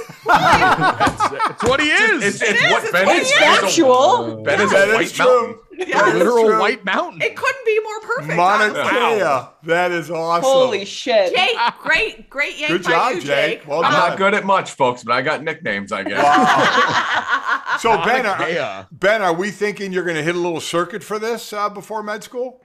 Speaker 8: It's what he is.
Speaker 3: It's,
Speaker 9: It is,
Speaker 3: what
Speaker 9: it's
Speaker 3: Ben
Speaker 9: what
Speaker 3: is.
Speaker 9: he
Speaker 3: Ben
Speaker 9: is.
Speaker 3: is a-
Speaker 9: Factual.
Speaker 3: Ben is
Speaker 7: That
Speaker 3: a
Speaker 7: is
Speaker 3: white
Speaker 7: true.
Speaker 3: mountain.
Speaker 9: Yeah, that's
Speaker 8: literal
Speaker 9: true.
Speaker 8: white mountain.
Speaker 9: It couldn't be more perfect.
Speaker 7: Mauna
Speaker 9: honestly.
Speaker 7: Kea. That is awesome.
Speaker 6: Holy shit.
Speaker 9: Jake, great, great yank
Speaker 7: Good
Speaker 9: by
Speaker 7: job,
Speaker 9: you,
Speaker 7: Jake.
Speaker 9: Jake. [LAUGHS]
Speaker 7: Well
Speaker 3: I'm
Speaker 7: done.
Speaker 3: not good at much, folks, but I got nicknames, I guess.
Speaker 7: So, Ben,
Speaker 3: Mauna
Speaker 7: are, Ben, are we thinking you're going to hit a little circuit for this uh, before med school?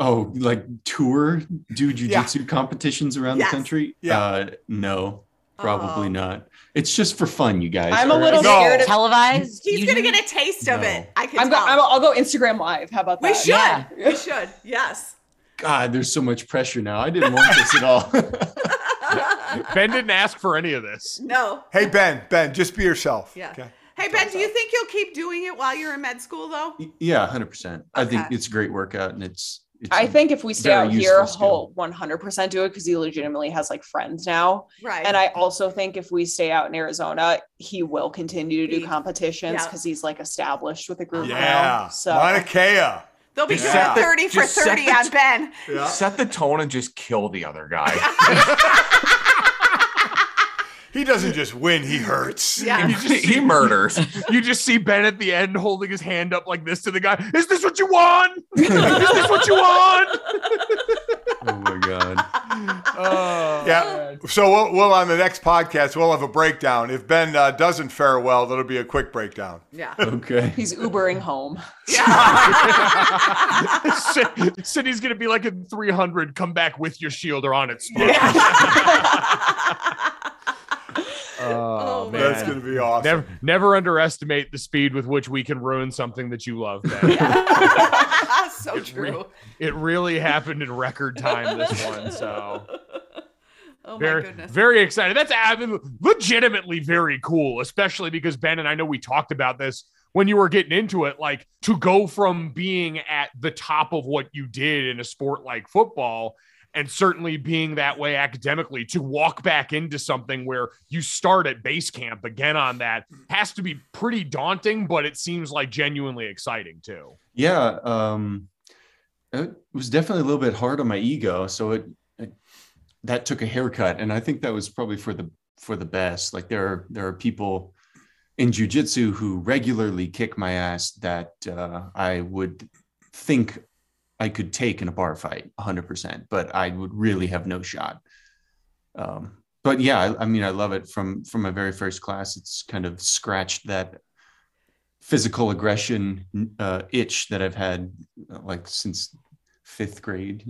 Speaker 5: Oh, like tour, do jujitsu competitions around
Speaker 6: Yes.
Speaker 5: the country?
Speaker 6: Yeah.
Speaker 5: Uh, no, probably not. It's just for fun, you guys.
Speaker 6: I'm a
Speaker 5: all
Speaker 6: little
Speaker 5: right?
Speaker 6: scared. Of-
Speaker 10: Televised?
Speaker 9: He's gonna get a taste of it. I can.
Speaker 6: I'm go-
Speaker 9: tell.
Speaker 6: I'm, I'll go uh, Instagram live. How about that?
Speaker 9: we should. We should. Yes. [LAUGHS]
Speaker 5: God, there's so much pressure now. I didn't want this at all.
Speaker 6: [LAUGHS]
Speaker 8: ben didn't ask for any of this.
Speaker 9: No.
Speaker 7: Hey Ben, Ben, just be yourself.
Speaker 9: Yeah.
Speaker 7: Okay.
Speaker 9: Hey Ben, do you think you'll keep doing it while you're in med school though?
Speaker 5: Yeah, hundred percent. I think
Speaker 9: Okay.
Speaker 5: it's a great workout, and it's. it's
Speaker 6: I think if we stay
Speaker 5: very
Speaker 6: out here,
Speaker 5: useful skill.
Speaker 6: he'll 100% do it because he legitimately has like friends now.
Speaker 9: Right.
Speaker 6: And I also think if we stay out in Arizona, he will continue to do competitions
Speaker 9: yeah.
Speaker 6: because he's like established with a group
Speaker 7: Yeah.
Speaker 6: now. Uh-huh. So
Speaker 7: Mauna Kea.
Speaker 9: They'll be
Speaker 3: Just
Speaker 9: doing
Speaker 3: set the-
Speaker 9: 30 for
Speaker 3: just set
Speaker 9: 30
Speaker 3: the-
Speaker 9: on
Speaker 3: [LAUGHS]
Speaker 9: Ben.
Speaker 3: Set the tone and just kill the other [LAUGHS] guy.
Speaker 7: He doesn't just win, he hurts.
Speaker 9: Yeah.
Speaker 3: You just- he murders.
Speaker 8: You just see Ben at the end holding his hand up like this to the guy. Is this what you want? Is this what you want? [LAUGHS]
Speaker 5: Oh
Speaker 6: [LAUGHS]
Speaker 5: my god.
Speaker 8: Oh,
Speaker 7: Yeah. So we'll, we'll on the next podcast we'll have a breakdown. If Ben uh, doesn't fare well, that'll be a quick breakdown.
Speaker 9: Yeah.
Speaker 5: Okay.
Speaker 6: [LAUGHS] he's Ubering home.
Speaker 8: Sid- Sidney's gonna be like in 300. Come back with your shield or on its. Yeah.
Speaker 9: [LAUGHS] Oh, man. [LAUGHS]
Speaker 7: That's gonna be awesome.
Speaker 8: Never, never underestimate the speed with which we can ruin something that you love. Ben.
Speaker 9: so true.
Speaker 8: it really happened in record time. This one, so
Speaker 9: Oh my
Speaker 8: very,
Speaker 9: goodness.
Speaker 8: very excited. That's I mean, legitimately very cool, especially because Ben and I know we talked about this when you were getting into it. Like to go from being at the top of what you did in a sport like football. And certainly being that way academically to walk back into something where you start at base camp again on that has to be pretty daunting, but it seems like genuinely exciting too.
Speaker 5: yeah um it was definitely a little bit hard on my ego so it, it that took a haircut and i think that
Speaker 9: [LAUGHS]
Speaker 5: was probably for the for the best like there are there are people in jujitsu who regularly kick my ass that uh, i would think i could take in a bar fight 100% but i would really have no shot um but yeah I, I mean i love it from from my very first class it's kind of scratched that physical aggression uh, itch that I've had uh, like since fifth grade.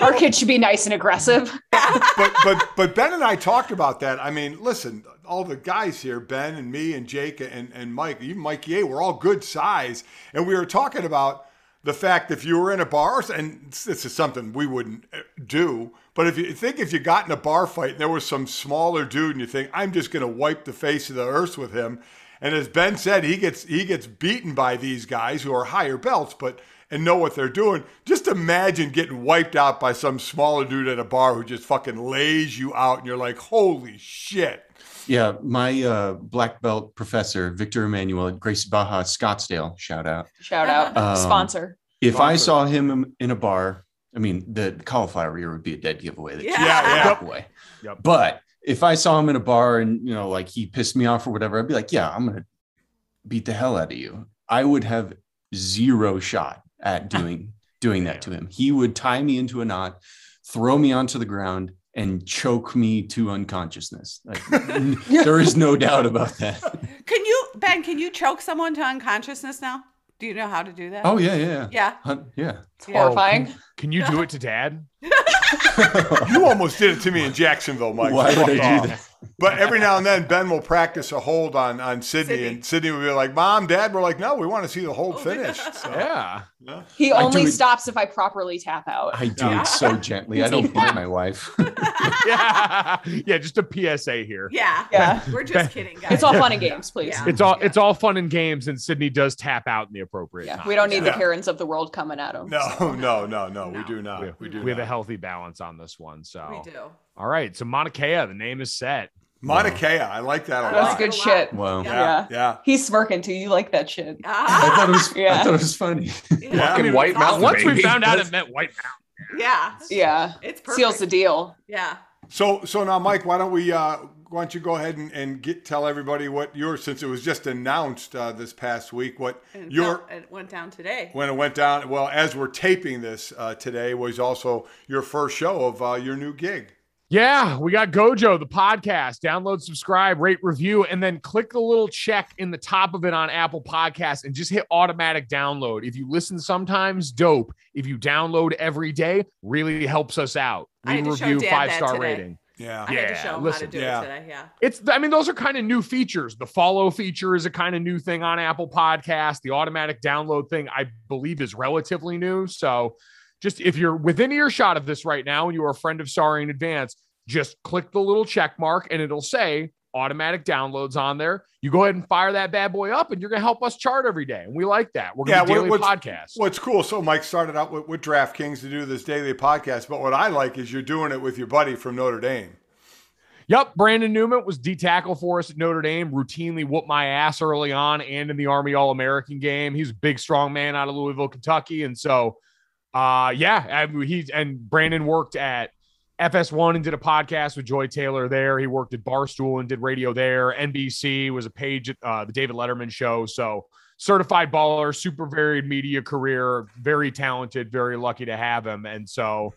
Speaker 6: Our kid should be nice and aggressive.
Speaker 7: [LAUGHS] but but but Ben and I talked about that. I mean, listen, all the guys here, Ben and me and Jake and, and Mike, even Mike Ye, we're all good size. And we were talking about the fact if you were in a bar, and this is something we wouldn't eh, do, but if you think if you got in a bar fight and there was some smaller dude and you think, I'm just gonna wipe the face of the earth with him. And as Ben said, he gets he gets beaten by these guys who are higher belts, but and know what they're doing. Just imagine getting wiped out by some smaller dude at a bar who just fucking lays you out, and you're like, holy shit.
Speaker 5: Yeah, my uh, black belt professor Victor Emmanuel at Gracie Baja Scottsdale, shout out.
Speaker 6: Shout out.
Speaker 5: [LAUGHS] Um,
Speaker 6: Sponsor.
Speaker 5: If I
Speaker 7: Sponsor.
Speaker 5: saw him in a bar, I mean the cauliflower ear would be a dead giveaway.
Speaker 9: Yeah.
Speaker 7: Yeah,
Speaker 5: [LAUGHS]
Speaker 7: yeah.
Speaker 5: giveaway.
Speaker 8: Yep.
Speaker 5: But if I saw him in a bar and you know, like he pissed me off or whatever, I'd be like, yeah, I'm gonna beat the hell out of you. I would have zero shot [LAUGHS] at doing doing that to him. He would tie me into a knot, throw me onto the ground, and choke me to unconsciousness. Like, [LAUGHS] n- there is no doubt about that.
Speaker 9: Can you Ben, can you choke someone to unconsciousness now? Do you know how to do that?
Speaker 5: [LAUGHS] Oh yeah, yeah, yeah.
Speaker 9: Yeah.
Speaker 5: Hun- yeah.
Speaker 6: It's horrifying.
Speaker 8: Oh, Can you do it to dad?
Speaker 7: You almost did it to me in Jacksonville, Mike.
Speaker 5: Why
Speaker 7: Fuck
Speaker 5: would I [LAUGHS] do
Speaker 8: Oh,
Speaker 7: off.
Speaker 5: that?
Speaker 7: But every now and then, Ben will practice a hold on on Sydney,
Speaker 9: Sydney.
Speaker 7: and Sydney will be like, "Mom, Dad," we're like, "No, we want to see the hold
Speaker 9: Oh,
Speaker 7: finished." So,
Speaker 8: Yeah. [LAUGHS]
Speaker 7: yeah.
Speaker 6: he
Speaker 5: I
Speaker 6: only
Speaker 5: do it-
Speaker 6: stops if I properly tap out.
Speaker 5: I do it so gently. [LAUGHS] I don't hit my wife. [LAUGHS]
Speaker 8: yeah. [LAUGHS] yeah, just a PSA here.
Speaker 9: Yeah.
Speaker 6: Yeah.
Speaker 9: [LAUGHS] We're just kidding, guys.
Speaker 6: It's all fun and games,
Speaker 9: [LAUGHS]
Speaker 6: please.
Speaker 9: Oh, Yeah.
Speaker 6: Yeah.
Speaker 8: It's all it's all fun and games, and Sydney does tap out in the appropriate time.
Speaker 6: We don't need the
Speaker 7: Yeah.
Speaker 6: Karens of the world coming at him.
Speaker 7: No, [LAUGHS] no, no, no, we do
Speaker 8: We,
Speaker 7: not. We do.
Speaker 8: we have a
Speaker 7: not.
Speaker 8: healthy balance on this one. So
Speaker 9: We
Speaker 6: [LAUGHS]
Speaker 9: do.
Speaker 8: all right. So Mauna Kea, the name is set.
Speaker 7: Mauna Kea. I like that a
Speaker 6: That's
Speaker 7: lot.
Speaker 6: good shit.
Speaker 5: Wow.
Speaker 9: Yeah.
Speaker 7: Yeah,
Speaker 6: Yeah.
Speaker 7: yeah.
Speaker 6: He's smirking too. You like that shit.
Speaker 5: I
Speaker 9: Ah,
Speaker 5: thought it was. I
Speaker 6: Yeah.
Speaker 5: thought it was funny.
Speaker 9: yeah.
Speaker 3: Fucking White
Speaker 9: Awesome.
Speaker 3: Mountain.
Speaker 8: Once we
Speaker 3: baby.
Speaker 8: found out it meant White Mountain.
Speaker 9: Yeah.
Speaker 6: Yeah.
Speaker 9: It's perfect.
Speaker 6: Seals the deal.
Speaker 9: Yeah.
Speaker 7: So, so now, Mike, why don't we? Uh, why don't you go ahead and, and get tell everybody what your since it was just announced uh, this past week what
Speaker 9: And
Speaker 7: your
Speaker 9: so it went down today.
Speaker 7: when it went down. Well, as we're taping this uh, today, was also your first show of uh, your new gig.
Speaker 8: Yeah, we got Gojo, the podcast. Download, subscribe, rate, review, and then click the little check in the top of it on Apple Podcasts and just hit automatic download. If you listen sometimes, dope. If you download every day, really helps us out.
Speaker 9: I
Speaker 8: Leave
Speaker 9: had
Speaker 8: a
Speaker 9: to show
Speaker 8: review,
Speaker 9: Dad
Speaker 8: five
Speaker 9: that
Speaker 8: star
Speaker 9: today.
Speaker 8: rating.
Speaker 7: Yeah.
Speaker 9: I had to show him
Speaker 8: listen.
Speaker 9: how to do it today. Yeah.
Speaker 8: It's, I mean, those are kind of new features. The follow feature is a kind of new thing on Apple Podcast. The automatic download thing, I believe, is relatively new. So just if you're within earshot of this right now and you are a friend of Sorry in Advance, just click the little check mark and it'll say automatic downloads on there. You go ahead and fire that bad boy up and you're going to help us chart every day. And we like that. We're going to do daily
Speaker 7: what's,
Speaker 8: podcast.
Speaker 7: What's cool? So Mike started out with, with DraftKings to do this daily podcast, but what I like is you're doing it with your buddy from Notre Dame.
Speaker 8: Yep, Brandon Newman was D tackle for us at Notre Dame. Routinely whooped my ass early on and in the Army All American game. He's a big, strong man out of Louisville, Kentucky, and so, uh, yeah, I, he's and Brandon worked at FS1 and did a podcast with Joy Taylor there. He worked at Barstool and did radio there. NBC was a page at uh, the David Letterman show. So certified baller, super varied media career, very talented, very lucky to have him, and so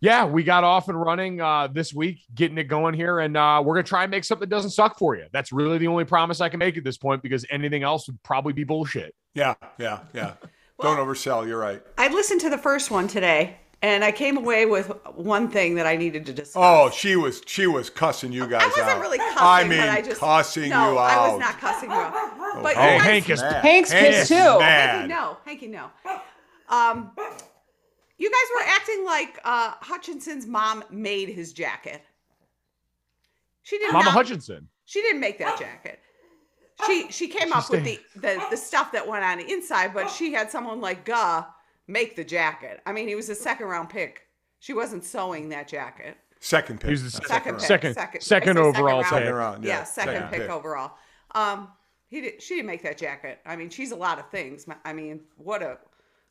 Speaker 8: yeah, we got off and running uh, this week, getting it going here, and uh, we're gonna try and make something that doesn't suck for you. That's really the only promise I can make at this point because anything else would probably be bullshit.
Speaker 7: Yeah, yeah, [LAUGHS] yeah. Don't oversell. You're right.
Speaker 9: I listened to the first one today, and I came away with one thing that I needed to discuss.
Speaker 7: Oh, she was she was cussing you guys
Speaker 9: I wasn't
Speaker 7: out.
Speaker 9: really cussing,
Speaker 7: I mean,
Speaker 9: but I just
Speaker 7: cussing
Speaker 9: no,
Speaker 7: you out.
Speaker 9: I
Speaker 7: Oh,
Speaker 9: was not cussing you out. But
Speaker 7: Hank-
Speaker 9: you guys-
Speaker 7: Hank is Hank- mad. Hank's Hank pissed is too.
Speaker 9: Hanky,
Speaker 7: mad.
Speaker 9: no, Hanky, no. Um, you guys were acting like uh, Hutchinson's mom made his jacket. She did
Speaker 8: Mama
Speaker 9: not.
Speaker 8: Hutchinson.
Speaker 9: She didn't make that jacket. She she came up with the, the the stuff that went on the inside, but she had someone like Guh make the jacket. I mean, he was a second round pick. She wasn't sewing that jacket.
Speaker 7: Second pick.
Speaker 8: He's the
Speaker 7: Not
Speaker 9: Second pick.
Speaker 8: Second-
Speaker 9: second,
Speaker 8: second
Speaker 9: I said
Speaker 8: overall
Speaker 9: round.
Speaker 8: pick. Second round,
Speaker 9: Yeah,
Speaker 8: yeah,
Speaker 9: second,
Speaker 8: second
Speaker 9: pick,
Speaker 8: pick.
Speaker 9: overall. Um, he did, she didn't make that jacket. I mean, she's a lot of things. I mean, what a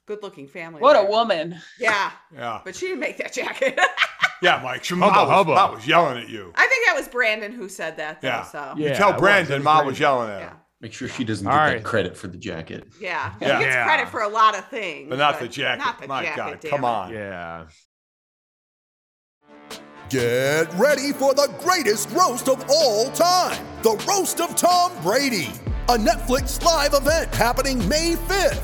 Speaker 9: good looking family.
Speaker 6: What a
Speaker 9: there.
Speaker 6: woman.
Speaker 9: Yeah,
Speaker 7: Yeah,
Speaker 9: but she didn't make that jacket. [LAUGHS]
Speaker 7: yeah, Mike. She,
Speaker 8: Hubba,
Speaker 7: Ma was,
Speaker 8: hubba.
Speaker 7: Ma was yelling at you.
Speaker 9: I think that was Brandon who said that. Though,
Speaker 7: Yeah.
Speaker 9: So
Speaker 7: You tell
Speaker 5: I was.
Speaker 7: Brandon,
Speaker 5: It was
Speaker 7: Ma
Speaker 5: Brandon.
Speaker 7: was yelling at him,
Speaker 5: Make sure she doesn't
Speaker 8: All
Speaker 5: get
Speaker 8: right.
Speaker 5: that credit for the jacket.
Speaker 9: Yeah, she
Speaker 7: Yeah.
Speaker 9: gets
Speaker 8: Yeah.
Speaker 9: credit for a lot of things,
Speaker 7: but not the jacket.
Speaker 9: Not the
Speaker 7: My
Speaker 9: jacket.
Speaker 7: God,
Speaker 9: damn
Speaker 7: come
Speaker 9: it.
Speaker 7: on.
Speaker 8: Yeah.
Speaker 13: Get ready for the greatest roast of all time the Roast of Tom Brady, a Netflix live event happening May 5th.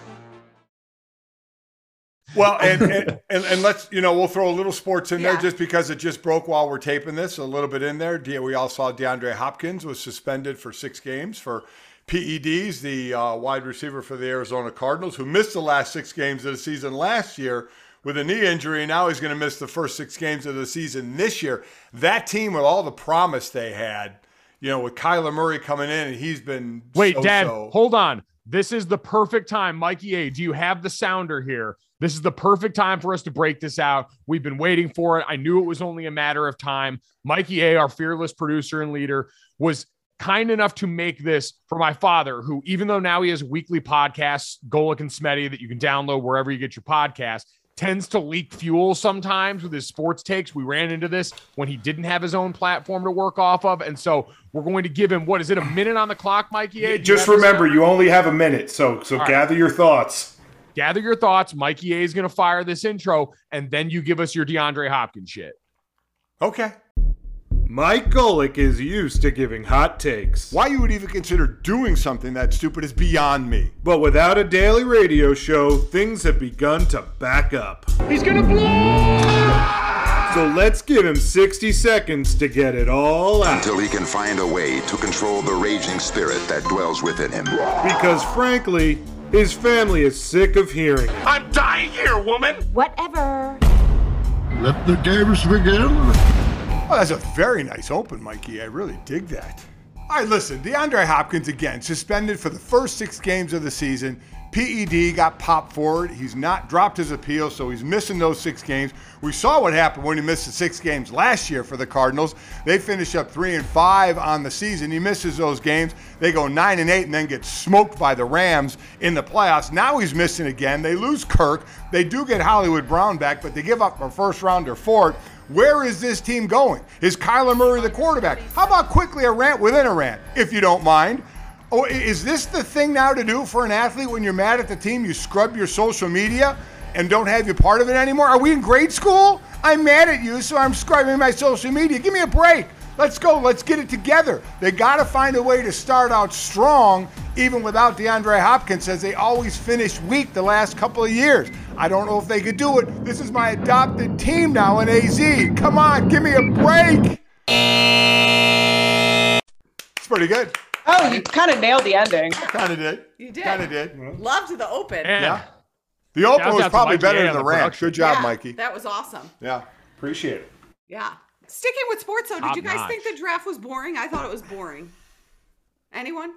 Speaker 7: Well,
Speaker 11: [LAUGHS]
Speaker 7: and, and, and and let's you know we'll throw a little sports in
Speaker 9: Yeah.
Speaker 7: there just because it just broke while we're taping this. A little bit in there. De- We all saw DeAndre Hopkins was suspended for six games for PEDs. The uh, wide receiver for the Arizona Cardinals, who missed the last six games of the season last year with a knee injury, now he's going to miss the first six games of the season this year. That team with all the promise they had, you know, with Kyler Murray coming in, and he's been
Speaker 8: Wait,
Speaker 7: so,
Speaker 8: Dad,
Speaker 7: so-
Speaker 8: hold on. This is the perfect time, Mikey A. Do you have the sounder here? This is the perfect time for us to break this out. We've been waiting for it. I knew it was only a matter of time. Mikey A, our fearless producer and leader, was kind enough to make this for my father, who, even though now he has weekly podcasts, Golik and Smetty, that you can download wherever you get your podcast, tends to leak fuel sometimes with his sports takes. We ran into this when he didn't have his own platform to work off of. And so we're going to give him, what is it, a minute on the clock, Mikey A? Do you
Speaker 11: Just
Speaker 8: have this?
Speaker 11: remember, you only have a minute, so so
Speaker 8: All right.
Speaker 11: gather your thoughts.
Speaker 8: gather your thoughts. Mikey A is going to fire this intro, and then you give us your DeAndre Hopkins shit.
Speaker 7: okay.
Speaker 11: Mike Golick is used to giving hot takes.
Speaker 7: Why you would even consider doing something that stupid is beyond me.
Speaker 11: But without a daily radio show, things have begun to back up.
Speaker 8: He's going to blow.
Speaker 11: So let's give him 60 seconds to get it all out.
Speaker 14: until he can find a way to control the raging spirit that dwells within him.
Speaker 11: Because frankly, his family is sick of hearing it.
Speaker 8: I'm dying here, woman.
Speaker 12: Whatever.
Speaker 2: Let the games begin.
Speaker 7: Oh, that's a very nice open, Mikey. I really dig that. All right, listen, DeAndre Hopkins again, suspended for the first six games of the season. PED got popped for it. He's not dropped his appeal, so he's missing those six games. We saw what happened when he missed the six games last year for the Cardinals. They finish up three and five on the season. He misses those games. They go nine and eight and then get smoked by the Rams in the playoffs. Now he's missing again. They lose Kirk. They do get Hollywood Brown back, but they give up a first rounder for it. Where is this team going? Is Kyler Murray the quarterback? How about quickly a rant within a rant, if you don't mind? Oh, i- is this the thing now to do for an athlete when you're mad at the team? You scrub your social media and don't have you part of it anymore? Are we in grade school? I'm mad at you, so I'm scrubbing my social media. Give me a break. Let's go. Let's get it together. They got to find a way to start out strong, even without DeAndre Hopkins, as they always finish weak the last couple of years. I don't know if they could do it. This is my adopted team now in AZ. Come on, give me a break. It's pretty good.
Speaker 6: Oh, you kind of nailed the ending.
Speaker 7: Kind of did.
Speaker 9: You did.
Speaker 7: Kind of did.
Speaker 9: Loved the open.
Speaker 7: Yeah. The open
Speaker 9: Shout
Speaker 7: was
Speaker 9: out to
Speaker 7: probably
Speaker 9: Mikey
Speaker 7: better
Speaker 9: A
Speaker 7: than
Speaker 9: on
Speaker 7: the
Speaker 9: the
Speaker 7: ranch.
Speaker 9: production.
Speaker 7: Good job,
Speaker 9: Yeah,
Speaker 7: Mikey.
Speaker 9: That was awesome.
Speaker 7: Yeah. Appreciate it.
Speaker 9: Yeah. Sticking with sports, though, did you guys
Speaker 7: Top-notch.
Speaker 9: think the draft was boring? I thought it was boring. Anyone?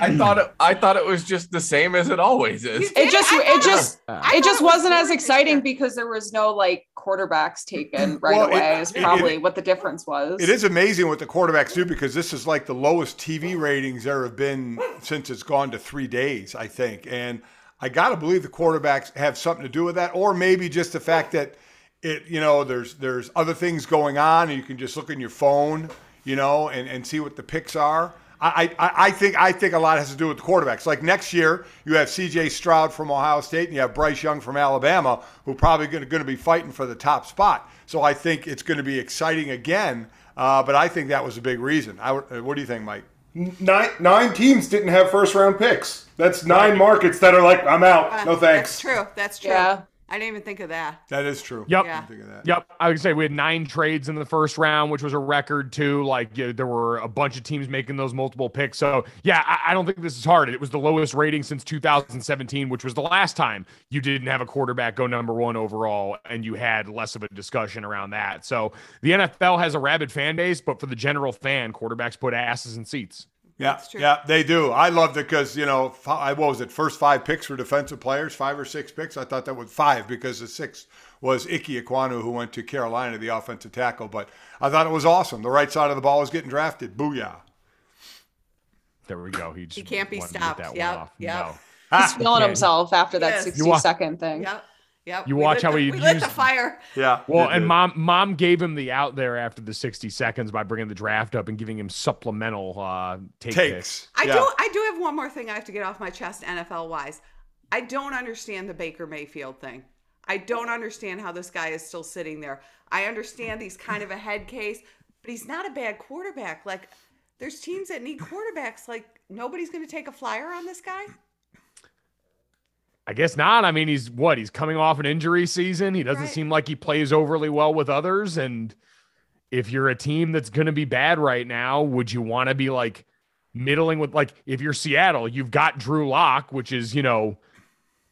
Speaker 3: I thought it, I thought it was just the same as it always is.
Speaker 6: It just it just
Speaker 3: I
Speaker 6: it just wasn't as exciting because there was no like quarterbacks taken right
Speaker 7: Well, it-
Speaker 6: away is
Speaker 7: it- it-
Speaker 6: probably what the difference was.
Speaker 7: It is amazing what the quarterbacks do because this is like the lowest TV ratings there have been since it's gone to three days, I think. And I got to believe the quarterbacks have something to do with that, or maybe just the fact that it, you know, there's there's other things going on, and you can just look in your phone, you know, and, and see what the picks are. I, I, I think I think a lot has to do with the quarterbacks. Like next year, you have C.J. Stroud from Ohio State, and you have Bryce Young from Alabama, who probably going to be fighting for the top spot. So I think it's going to be exciting again. Uh, but I think that was a big reason. I, would- uh, what do you think, Mike?
Speaker 11: Nine nine teams didn't have first round picks. That's nine markets that are like, I'm out. No
Speaker 9: Uh, That's
Speaker 11: thanks.
Speaker 9: true. That's true.
Speaker 6: Yeah.
Speaker 9: I didn't even think of that.
Speaker 7: That is true.
Speaker 8: Yep.
Speaker 9: Yeah.
Speaker 8: Yep. I would say we had nine trades in the first round, which was a record too. Like yeah, there were a bunch of teams making those multiple picks. So yeah, I, I don't think this is hard. It was the lowest rating since 2017, which was the last time you didn't have a quarterback go number one overall, and you had less of a discussion around that. So the NFL has a rabid fan base, but for the general fan, quarterbacks put asses in seats.
Speaker 7: Yeah, yeah, they do. I loved it because you know, fi- what was it? First five picks were defensive players, five or six picks. I thought that was five because the sixth was Ike Aquanu, who went to Carolina, the offensive tackle. But I thought it was awesome. The right side of the ball was getting drafted. Booyah!
Speaker 8: There we go. He, just
Speaker 9: He can't be
Speaker 8: wanted to get
Speaker 9: stopped.
Speaker 8: that one
Speaker 9: Yep.
Speaker 8: off.
Speaker 9: Yep.
Speaker 8: No.
Speaker 6: He's feeling
Speaker 8: Yeah.
Speaker 6: himself after that
Speaker 9: Yes. You
Speaker 6: 60
Speaker 8: wa-
Speaker 6: second thing.
Speaker 9: Yep. Yep.
Speaker 8: You
Speaker 9: We
Speaker 8: watch
Speaker 9: lit
Speaker 8: how
Speaker 9: the,
Speaker 8: he
Speaker 9: we lit the
Speaker 8: used-
Speaker 9: fire.
Speaker 7: Yeah.
Speaker 8: Well, and mom mom gave him the out there after the 60 seconds by bringing the draft up and giving him supplemental uh, take
Speaker 7: takes.
Speaker 9: I do. I do have one more thing I have to get off my chest, NFL wise. I don't understand the Baker Mayfield thing. I don't understand how this guy is still sitting there. I understand he's kind of a head case, but he's not a bad quarterback. Like, there's teams that need quarterbacks. Like, nobody's going to take a flyer on this guy.
Speaker 8: I guess not. I mean, he's what? He's coming off an injury season. He doesn't seem like he plays overly well with others. And if you're a team that's going to be bad right now, would you want to be like middling with, like, if you're Seattle, you've got Drew Lock, which is, you know,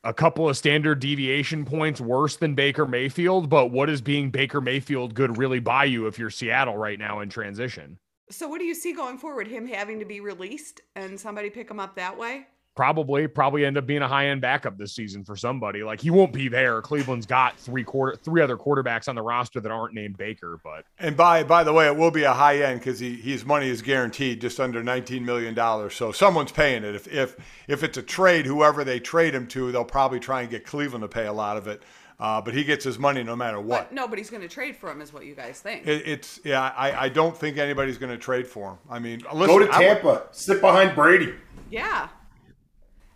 Speaker 8: a couple of standard deviation points worse than Baker Mayfield. But what is being Baker Mayfield good really buy you if you're Seattle right now in transition?
Speaker 9: So, what do you see going forward? Him having to be released and somebody pick him up that way?
Speaker 8: probably probably end up being a high end backup this season for somebody. Like he won't be there. Cleveland's got three quarter three other quarterbacks on the roster that aren't named Baker, but
Speaker 7: And by by the way, it will be a high end because he, his money is guaranteed, just under nineteen million dollars. So someone's paying it. If if if it's a trade, whoever they trade him to, they'll probably try and get Cleveland to pay a lot of it. Uh, but he gets his money no matter what.
Speaker 9: But nobody's going to trade for him, is what you guys think.
Speaker 7: It, it's yeah. I, I don't think anybody's going to trade for him. I mean, listen,
Speaker 11: Go to
Speaker 7: I would-
Speaker 11: Tampa. Sit behind Brady.
Speaker 9: yeah.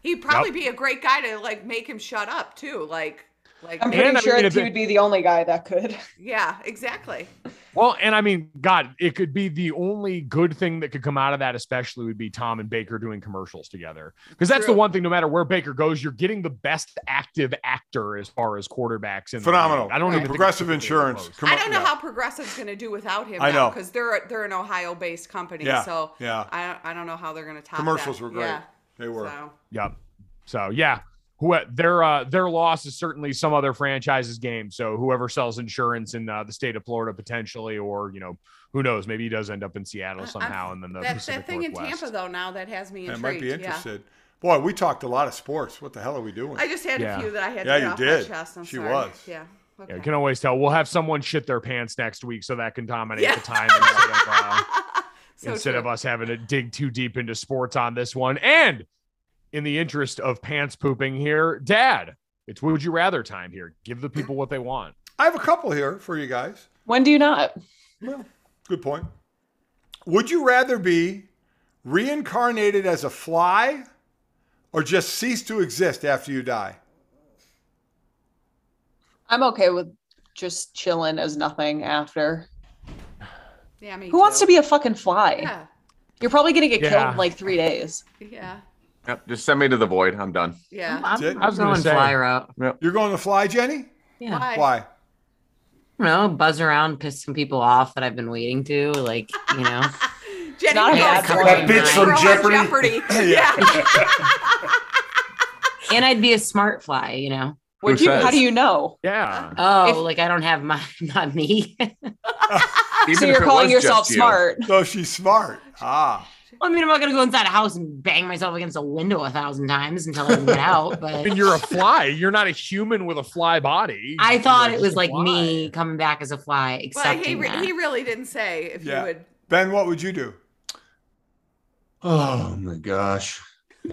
Speaker 9: He'd probably
Speaker 7: Yep.
Speaker 9: be a great guy to like make him shut up too. Like, like
Speaker 6: I'm pretty sure that he would be the only guy that could.
Speaker 9: Yeah, exactly.
Speaker 8: Well, and I mean, God, it could be the only good thing that could come out of that, especially would be Tom and Baker doing commercials together. Because that's
Speaker 7: True.
Speaker 8: the one thing, no matter where Baker goes, you're getting the best active actor as far as quarterbacks in the
Speaker 7: Phenomenal.
Speaker 8: league. I don't
Speaker 7: Right.
Speaker 8: even think-
Speaker 7: Progressive Insurance.
Speaker 9: I don't know how Progressive's going to do without him.
Speaker 7: I know.
Speaker 9: because they're they're an Ohio-based company,
Speaker 8: Yeah,
Speaker 9: so
Speaker 8: yeah.
Speaker 9: I don't- I don't know how they're going to top
Speaker 8: Commercials
Speaker 9: that.
Speaker 8: were great.
Speaker 9: Yeah.
Speaker 7: They were.
Speaker 9: So,
Speaker 8: Yep. So yeah, who their uh, their loss is certainly some other franchise's game. So whoever sells insurance in uh, the state of Florida potentially, or you know, who knows, maybe he does end up in Seattle somehow, and then the
Speaker 9: that that
Speaker 8: Pacific
Speaker 9: thing in
Speaker 8: Northwest.
Speaker 9: Tampa though now that has me
Speaker 7: I
Speaker 9: intrigued.
Speaker 7: might be
Speaker 9: yeah.
Speaker 7: interested. Boy, we talked a lot of sports. What the hell are we doing?
Speaker 9: I just had
Speaker 8: Yeah.
Speaker 9: a few that I had
Speaker 8: Yeah,
Speaker 9: to get
Speaker 8: you
Speaker 9: off
Speaker 8: did.
Speaker 9: my chest. I'm
Speaker 8: She
Speaker 9: sorry.
Speaker 8: was.
Speaker 9: Yeah.
Speaker 8: Yeah,
Speaker 9: Okay.
Speaker 8: you can always tell. We'll have someone shit their pants next week so that can dominate
Speaker 9: Yeah.
Speaker 8: the time instead of uh,
Speaker 9: [LAUGHS] So
Speaker 8: instead
Speaker 9: true.
Speaker 8: of us having to dig too deep into sports on this one. And in the interest of pants pooping here, Dad, it's would you rather time here. Give
Speaker 9: [LAUGHS]
Speaker 8: the people what they want.
Speaker 7: I have a couple here for you guys.
Speaker 6: When do you not?
Speaker 7: Well, good point. Would you rather be reincarnated as a fly or just cease to exist after you die?
Speaker 6: I'm okay with just chilling as nothing after.
Speaker 9: Yeah, me
Speaker 6: Who wants to be a fucking fly?
Speaker 9: Yeah.
Speaker 6: You're probably gonna get killed
Speaker 3: Yeah.
Speaker 6: in like three days.
Speaker 9: Yeah.
Speaker 3: Yep, just send me to the void. I'm done.
Speaker 9: Yeah.
Speaker 10: I'm,
Speaker 3: That's it.
Speaker 10: I'm going fly route.
Speaker 7: You're going to fly, Jenny?
Speaker 10: Yeah.
Speaker 9: Why?
Speaker 7: Why?
Speaker 10: You know, buzz around, piss some people off that I've been waiting to. Like, you know,
Speaker 9: Jenny,
Speaker 10: Not a
Speaker 9: you
Speaker 10: bad
Speaker 9: guys
Speaker 10: one.
Speaker 9: are
Speaker 10: That bitch from
Speaker 9: on
Speaker 10: Jeopardy.
Speaker 9: yeah.
Speaker 10: and I'd be a smart fly. You know.
Speaker 6: Would Who you- how says? do you know?
Speaker 9: Uh-huh.
Speaker 8: Yeah.
Speaker 10: Oh, like I don't have my [LAUGHS] not me.
Speaker 6: Ah, so you're calling yourself smart.
Speaker 7: So she's smart. Ah.
Speaker 10: I mean, I'm not gonna go inside a house and bang myself against a window a thousand times until I can get out. But
Speaker 8: I mean, you're a fly. You're not a human with a fly body.
Speaker 10: I thought
Speaker 8: You're
Speaker 10: it
Speaker 8: just
Speaker 10: was
Speaker 8: a
Speaker 10: like
Speaker 8: fly.
Speaker 10: me coming back as a fly,
Speaker 9: But he,
Speaker 10: accepting
Speaker 9: re-
Speaker 10: that.
Speaker 9: he really didn't say if
Speaker 7: Yeah.
Speaker 9: you would.
Speaker 7: Ben, what would you do?
Speaker 5: Oh my gosh.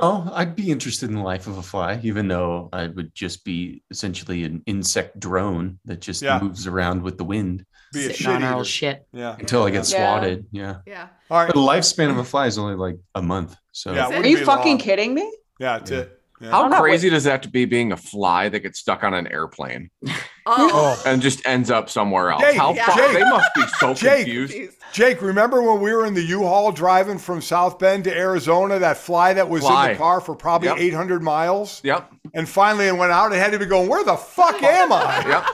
Speaker 5: Oh, I'd be interested in the life of a fly, even though I would just be essentially an insect drone that just moves around with the wind.
Speaker 7: Be a Sitting on shit our eater. old
Speaker 10: shit.
Speaker 7: Yeah.
Speaker 5: Until I
Speaker 7: Yeah.
Speaker 5: get swatted. Yeah.
Speaker 9: Yeah.
Speaker 7: All right.
Speaker 5: But the lifespan of a fly is only like a month. So [LAUGHS]
Speaker 6: Are
Speaker 7: Yeah, it wouldn't
Speaker 6: you
Speaker 7: be
Speaker 6: fucking
Speaker 7: long.
Speaker 6: kidding me?
Speaker 7: Yeah, that's it. Yeah.
Speaker 3: How
Speaker 6: I'm not
Speaker 3: crazy does it have to be being a fly that gets stuck on an airplane
Speaker 9: Oh.
Speaker 3: and just ends up somewhere else?
Speaker 7: Jake,
Speaker 3: How
Speaker 7: yeah.
Speaker 3: fuck-
Speaker 7: Jake.
Speaker 3: they must be so
Speaker 7: Jake.
Speaker 3: confused.
Speaker 7: Jake, remember when we were in the U-Haul driving from South Bend to Arizona? That fly that was in
Speaker 3: Fly.
Speaker 7: the car for probably
Speaker 3: Yep.
Speaker 7: 800 miles,
Speaker 3: Yep.
Speaker 7: and finally it went out. It had to be going. Where the fuck am I?
Speaker 3: [LAUGHS] Yep.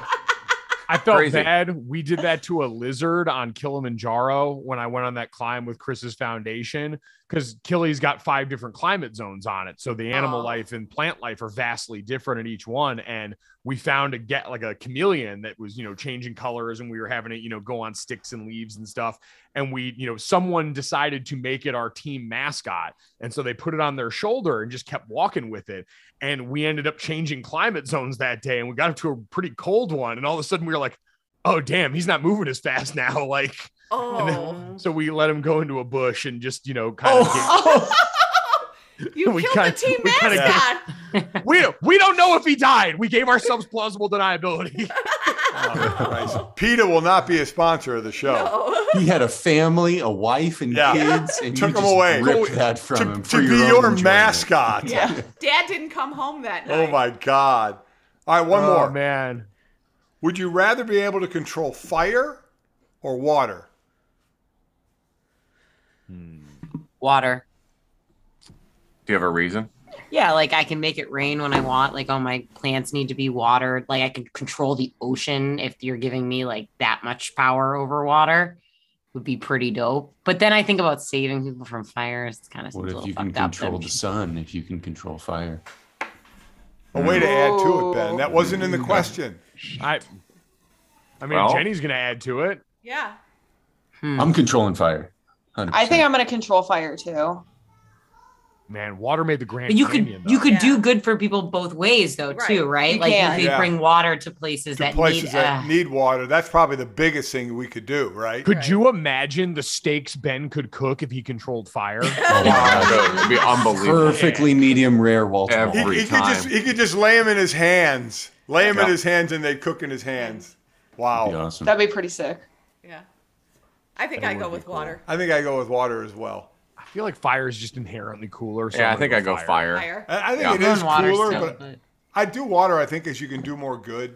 Speaker 8: I felt
Speaker 3: Crazy.
Speaker 8: bad. We did that to a lizard on Kilimanjaro when I went on that climb with Chris's foundation because Killy's got five different climate zones on it. So the animal
Speaker 3: Oh.
Speaker 8: life and plant life are vastly different in each one. And we found a get like a chameleon that was, you know, changing colors and we were having it, you know, go on sticks and leaves and stuff. And we, you know, someone decided to make it our team mascot. And so they put it on their shoulder and just kept walking with it and we ended up changing climate zones that day and we got up to a pretty cold one and all of a sudden we were like oh damn he's not moving as fast now [LAUGHS] like and then-
Speaker 9: Oh.
Speaker 8: so we let him go into a bush and just you know kind of
Speaker 7: Oh.
Speaker 9: you
Speaker 8: we
Speaker 9: killed
Speaker 8: kinda-
Speaker 9: the team
Speaker 8: we kinda-
Speaker 9: mascot.
Speaker 8: [LAUGHS] we, we don't know if he died we gave ourselves plausible
Speaker 3: [LAUGHS]
Speaker 8: deniability
Speaker 7: PETA will not be a sponsor of the show.
Speaker 5: he had a family, a wife, and
Speaker 7: Yeah.
Speaker 5: kids,
Speaker 7: [LAUGHS]
Speaker 5: and
Speaker 7: Took
Speaker 5: you
Speaker 7: him
Speaker 5: just
Speaker 7: away.
Speaker 5: ripped
Speaker 7: Go-
Speaker 5: that from him for
Speaker 7: to be
Speaker 5: own
Speaker 7: your
Speaker 5: enjoyment.
Speaker 7: mascot.
Speaker 9: yeah. [LAUGHS] Dad didn't come home that night.
Speaker 7: Oh my God. All right, one
Speaker 8: Oh,
Speaker 7: more.
Speaker 8: man
Speaker 7: Would you rather be able to control fire or water?
Speaker 10: Water.
Speaker 3: Do you have a reason?
Speaker 10: Yeah, like I can make it rain when I want. Like all my plants need to be watered. Like I can control the ocean if you're giving me like that much power over water would be pretty dope. But then I think about saving people from fires. It's kind of
Speaker 5: What
Speaker 10: seems a
Speaker 5: if
Speaker 10: little
Speaker 5: you can
Speaker 10: fucked up.
Speaker 5: control the sun? If you can
Speaker 10: [LAUGHS]
Speaker 5: control fire,
Speaker 7: A way to add to it, Ben. That wasn't in
Speaker 3: Mm.
Speaker 7: the question.
Speaker 8: i i mean
Speaker 5: Well-
Speaker 8: jenny's gonna add to it
Speaker 9: Yeah.
Speaker 10: hmm.
Speaker 5: I'm controlling fire. 100%.
Speaker 6: I think I'm gonna control fire too.
Speaker 8: man water made the grand
Speaker 10: But you could
Speaker 8: Canyon,
Speaker 10: you
Speaker 8: though.
Speaker 10: could do good for people both ways though too, right?
Speaker 6: You
Speaker 10: like
Speaker 6: can.
Speaker 10: if we
Speaker 7: Yeah.
Speaker 10: bring water to places
Speaker 7: To
Speaker 10: that
Speaker 7: places
Speaker 10: need
Speaker 7: that
Speaker 10: uh,
Speaker 7: need water, that's probably the biggest thing we could do, right?
Speaker 8: could you imagine the steaks ben could cook if he controlled
Speaker 3: [LAUGHS]
Speaker 8: fire
Speaker 3: Oh, It'd be unbelievable.
Speaker 5: perfectly medium rare Walter.
Speaker 7: He, he could just he could just lay him in his hands, lay him in
Speaker 5: Yeah.
Speaker 7: his hands, and they cook in his hands. Wow,
Speaker 5: awesome.
Speaker 6: That'd be pretty sick.
Speaker 9: Yeah. I think
Speaker 7: That
Speaker 9: I go
Speaker 7: would be
Speaker 9: with water.
Speaker 7: I think I go with water as well.
Speaker 8: i feel like fire is just inherently cooler so
Speaker 3: Yeah, I
Speaker 8: I'm
Speaker 3: think
Speaker 8: gonna
Speaker 3: I go fire. Fire.
Speaker 7: I, I think
Speaker 3: Yeah.
Speaker 7: it is
Speaker 3: Doing water
Speaker 7: cooler,
Speaker 3: still,
Speaker 7: but, I do water. I think as you can do more good.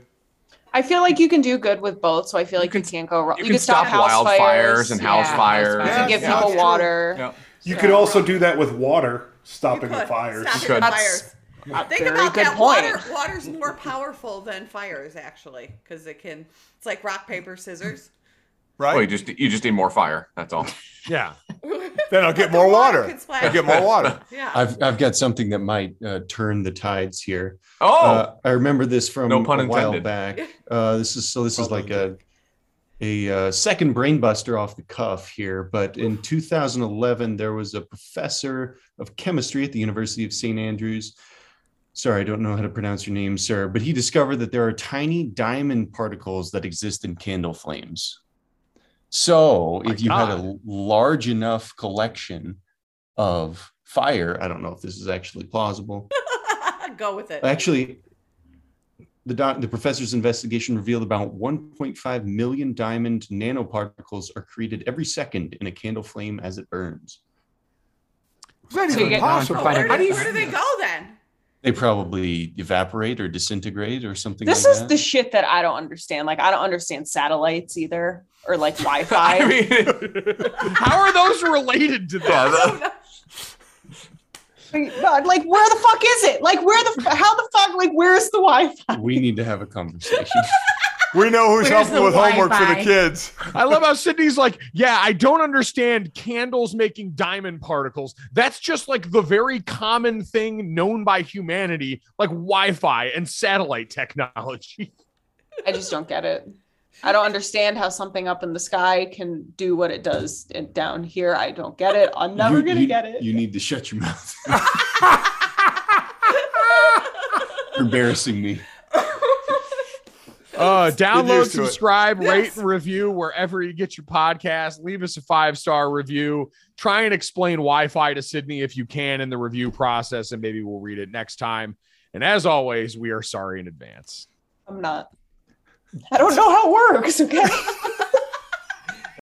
Speaker 6: I feel like you can do good with both, so I feel like you, can't go wrong.
Speaker 3: you can stop wildfires and house fires.
Speaker 6: You can
Speaker 3: Yeah,
Speaker 6: give
Speaker 3: yeah.
Speaker 6: people
Speaker 3: That's true.
Speaker 6: water.
Speaker 11: You could also do that with water, stopping the fires.
Speaker 9: Stopping the fires. Think
Speaker 6: very
Speaker 9: about
Speaker 6: good
Speaker 9: that.
Speaker 6: point.
Speaker 9: Water, water's more powerful than fires, actually, because it can. It's like rock paper scissors.
Speaker 7: Right.
Speaker 3: Well, Oh, you just you just need more fire. That's all.
Speaker 8: Yeah.
Speaker 7: Then I'll get more water.
Speaker 9: could splash.
Speaker 7: I'll get more water.
Speaker 9: Yeah. [LAUGHS]
Speaker 5: I've I've got something that might uh, turn the tides here.
Speaker 3: Oh.
Speaker 5: Uh, I remember this from
Speaker 3: No pun
Speaker 5: a while
Speaker 3: intended.
Speaker 5: back. Uh, this is so. This is like a a uh, second brainbuster off the cuff here, but in 2011 there was a professor of Chemistry at the University of St. Andrews. Sorry, I don't know how to pronounce your name, sir, but he discovered that there are tiny diamond particles that exist in candle flames.
Speaker 3: Oh
Speaker 5: So, if you had a large enough collection of fire, I don't know if this is actually plausible.
Speaker 9: Go with it.
Speaker 5: Actually, the, doc, the professor's investigation revealed about 1.5 million diamond nanoparticles are created every second in a candle flame as it burns.
Speaker 7: Is that
Speaker 9: So you
Speaker 7: even
Speaker 9: get-
Speaker 7: possible?
Speaker 5: Quite a-
Speaker 9: Where, do, where do they go then?
Speaker 5: They probably evaporate or disintegrate or something
Speaker 6: This
Speaker 5: like
Speaker 6: is
Speaker 5: that.
Speaker 6: the shit that I don't understand. Like I don't understand satellites either, or
Speaker 3: [LAUGHS]
Speaker 6: like Wi-Fi.
Speaker 8: [LAUGHS] How are those related to that?
Speaker 6: God, like where the fuck is it? Like where the how the fuck? Like where's the Wi-Fi?
Speaker 5: we need to have a conversation.
Speaker 7: we know
Speaker 6: Where's
Speaker 7: who's
Speaker 6: helping the with homework for the Wi-Fi?
Speaker 7: kids.
Speaker 8: I love how Sydney's like, yeah, I don't understand candles making diamond particles. That's just like the very common thing known by humanity, like Wi-Fi and satellite
Speaker 3: [LAUGHS]
Speaker 8: technology.
Speaker 6: I just don't get it. I don't understand how something up in the sky can do what it does and down here. I don't get it. I'm [LAUGHS] never
Speaker 5: You-
Speaker 6: gonna
Speaker 5: you-
Speaker 6: get it.
Speaker 5: You need to shut your mouth. You're embarrassing me.
Speaker 7: [LAUGHS]
Speaker 9: [LAUGHS]
Speaker 8: Uh, download,
Speaker 5: used to it.
Speaker 8: subscribe, rate,
Speaker 5: Yes.
Speaker 8: and review wherever you get your podcast. Leave us a five star review. Try and explain Wi Fi to Sydney if you can in the review process, and maybe we'll read it next time. And as always, we are sorry in advance.
Speaker 6: I'm not. I don't know how it works. Okay.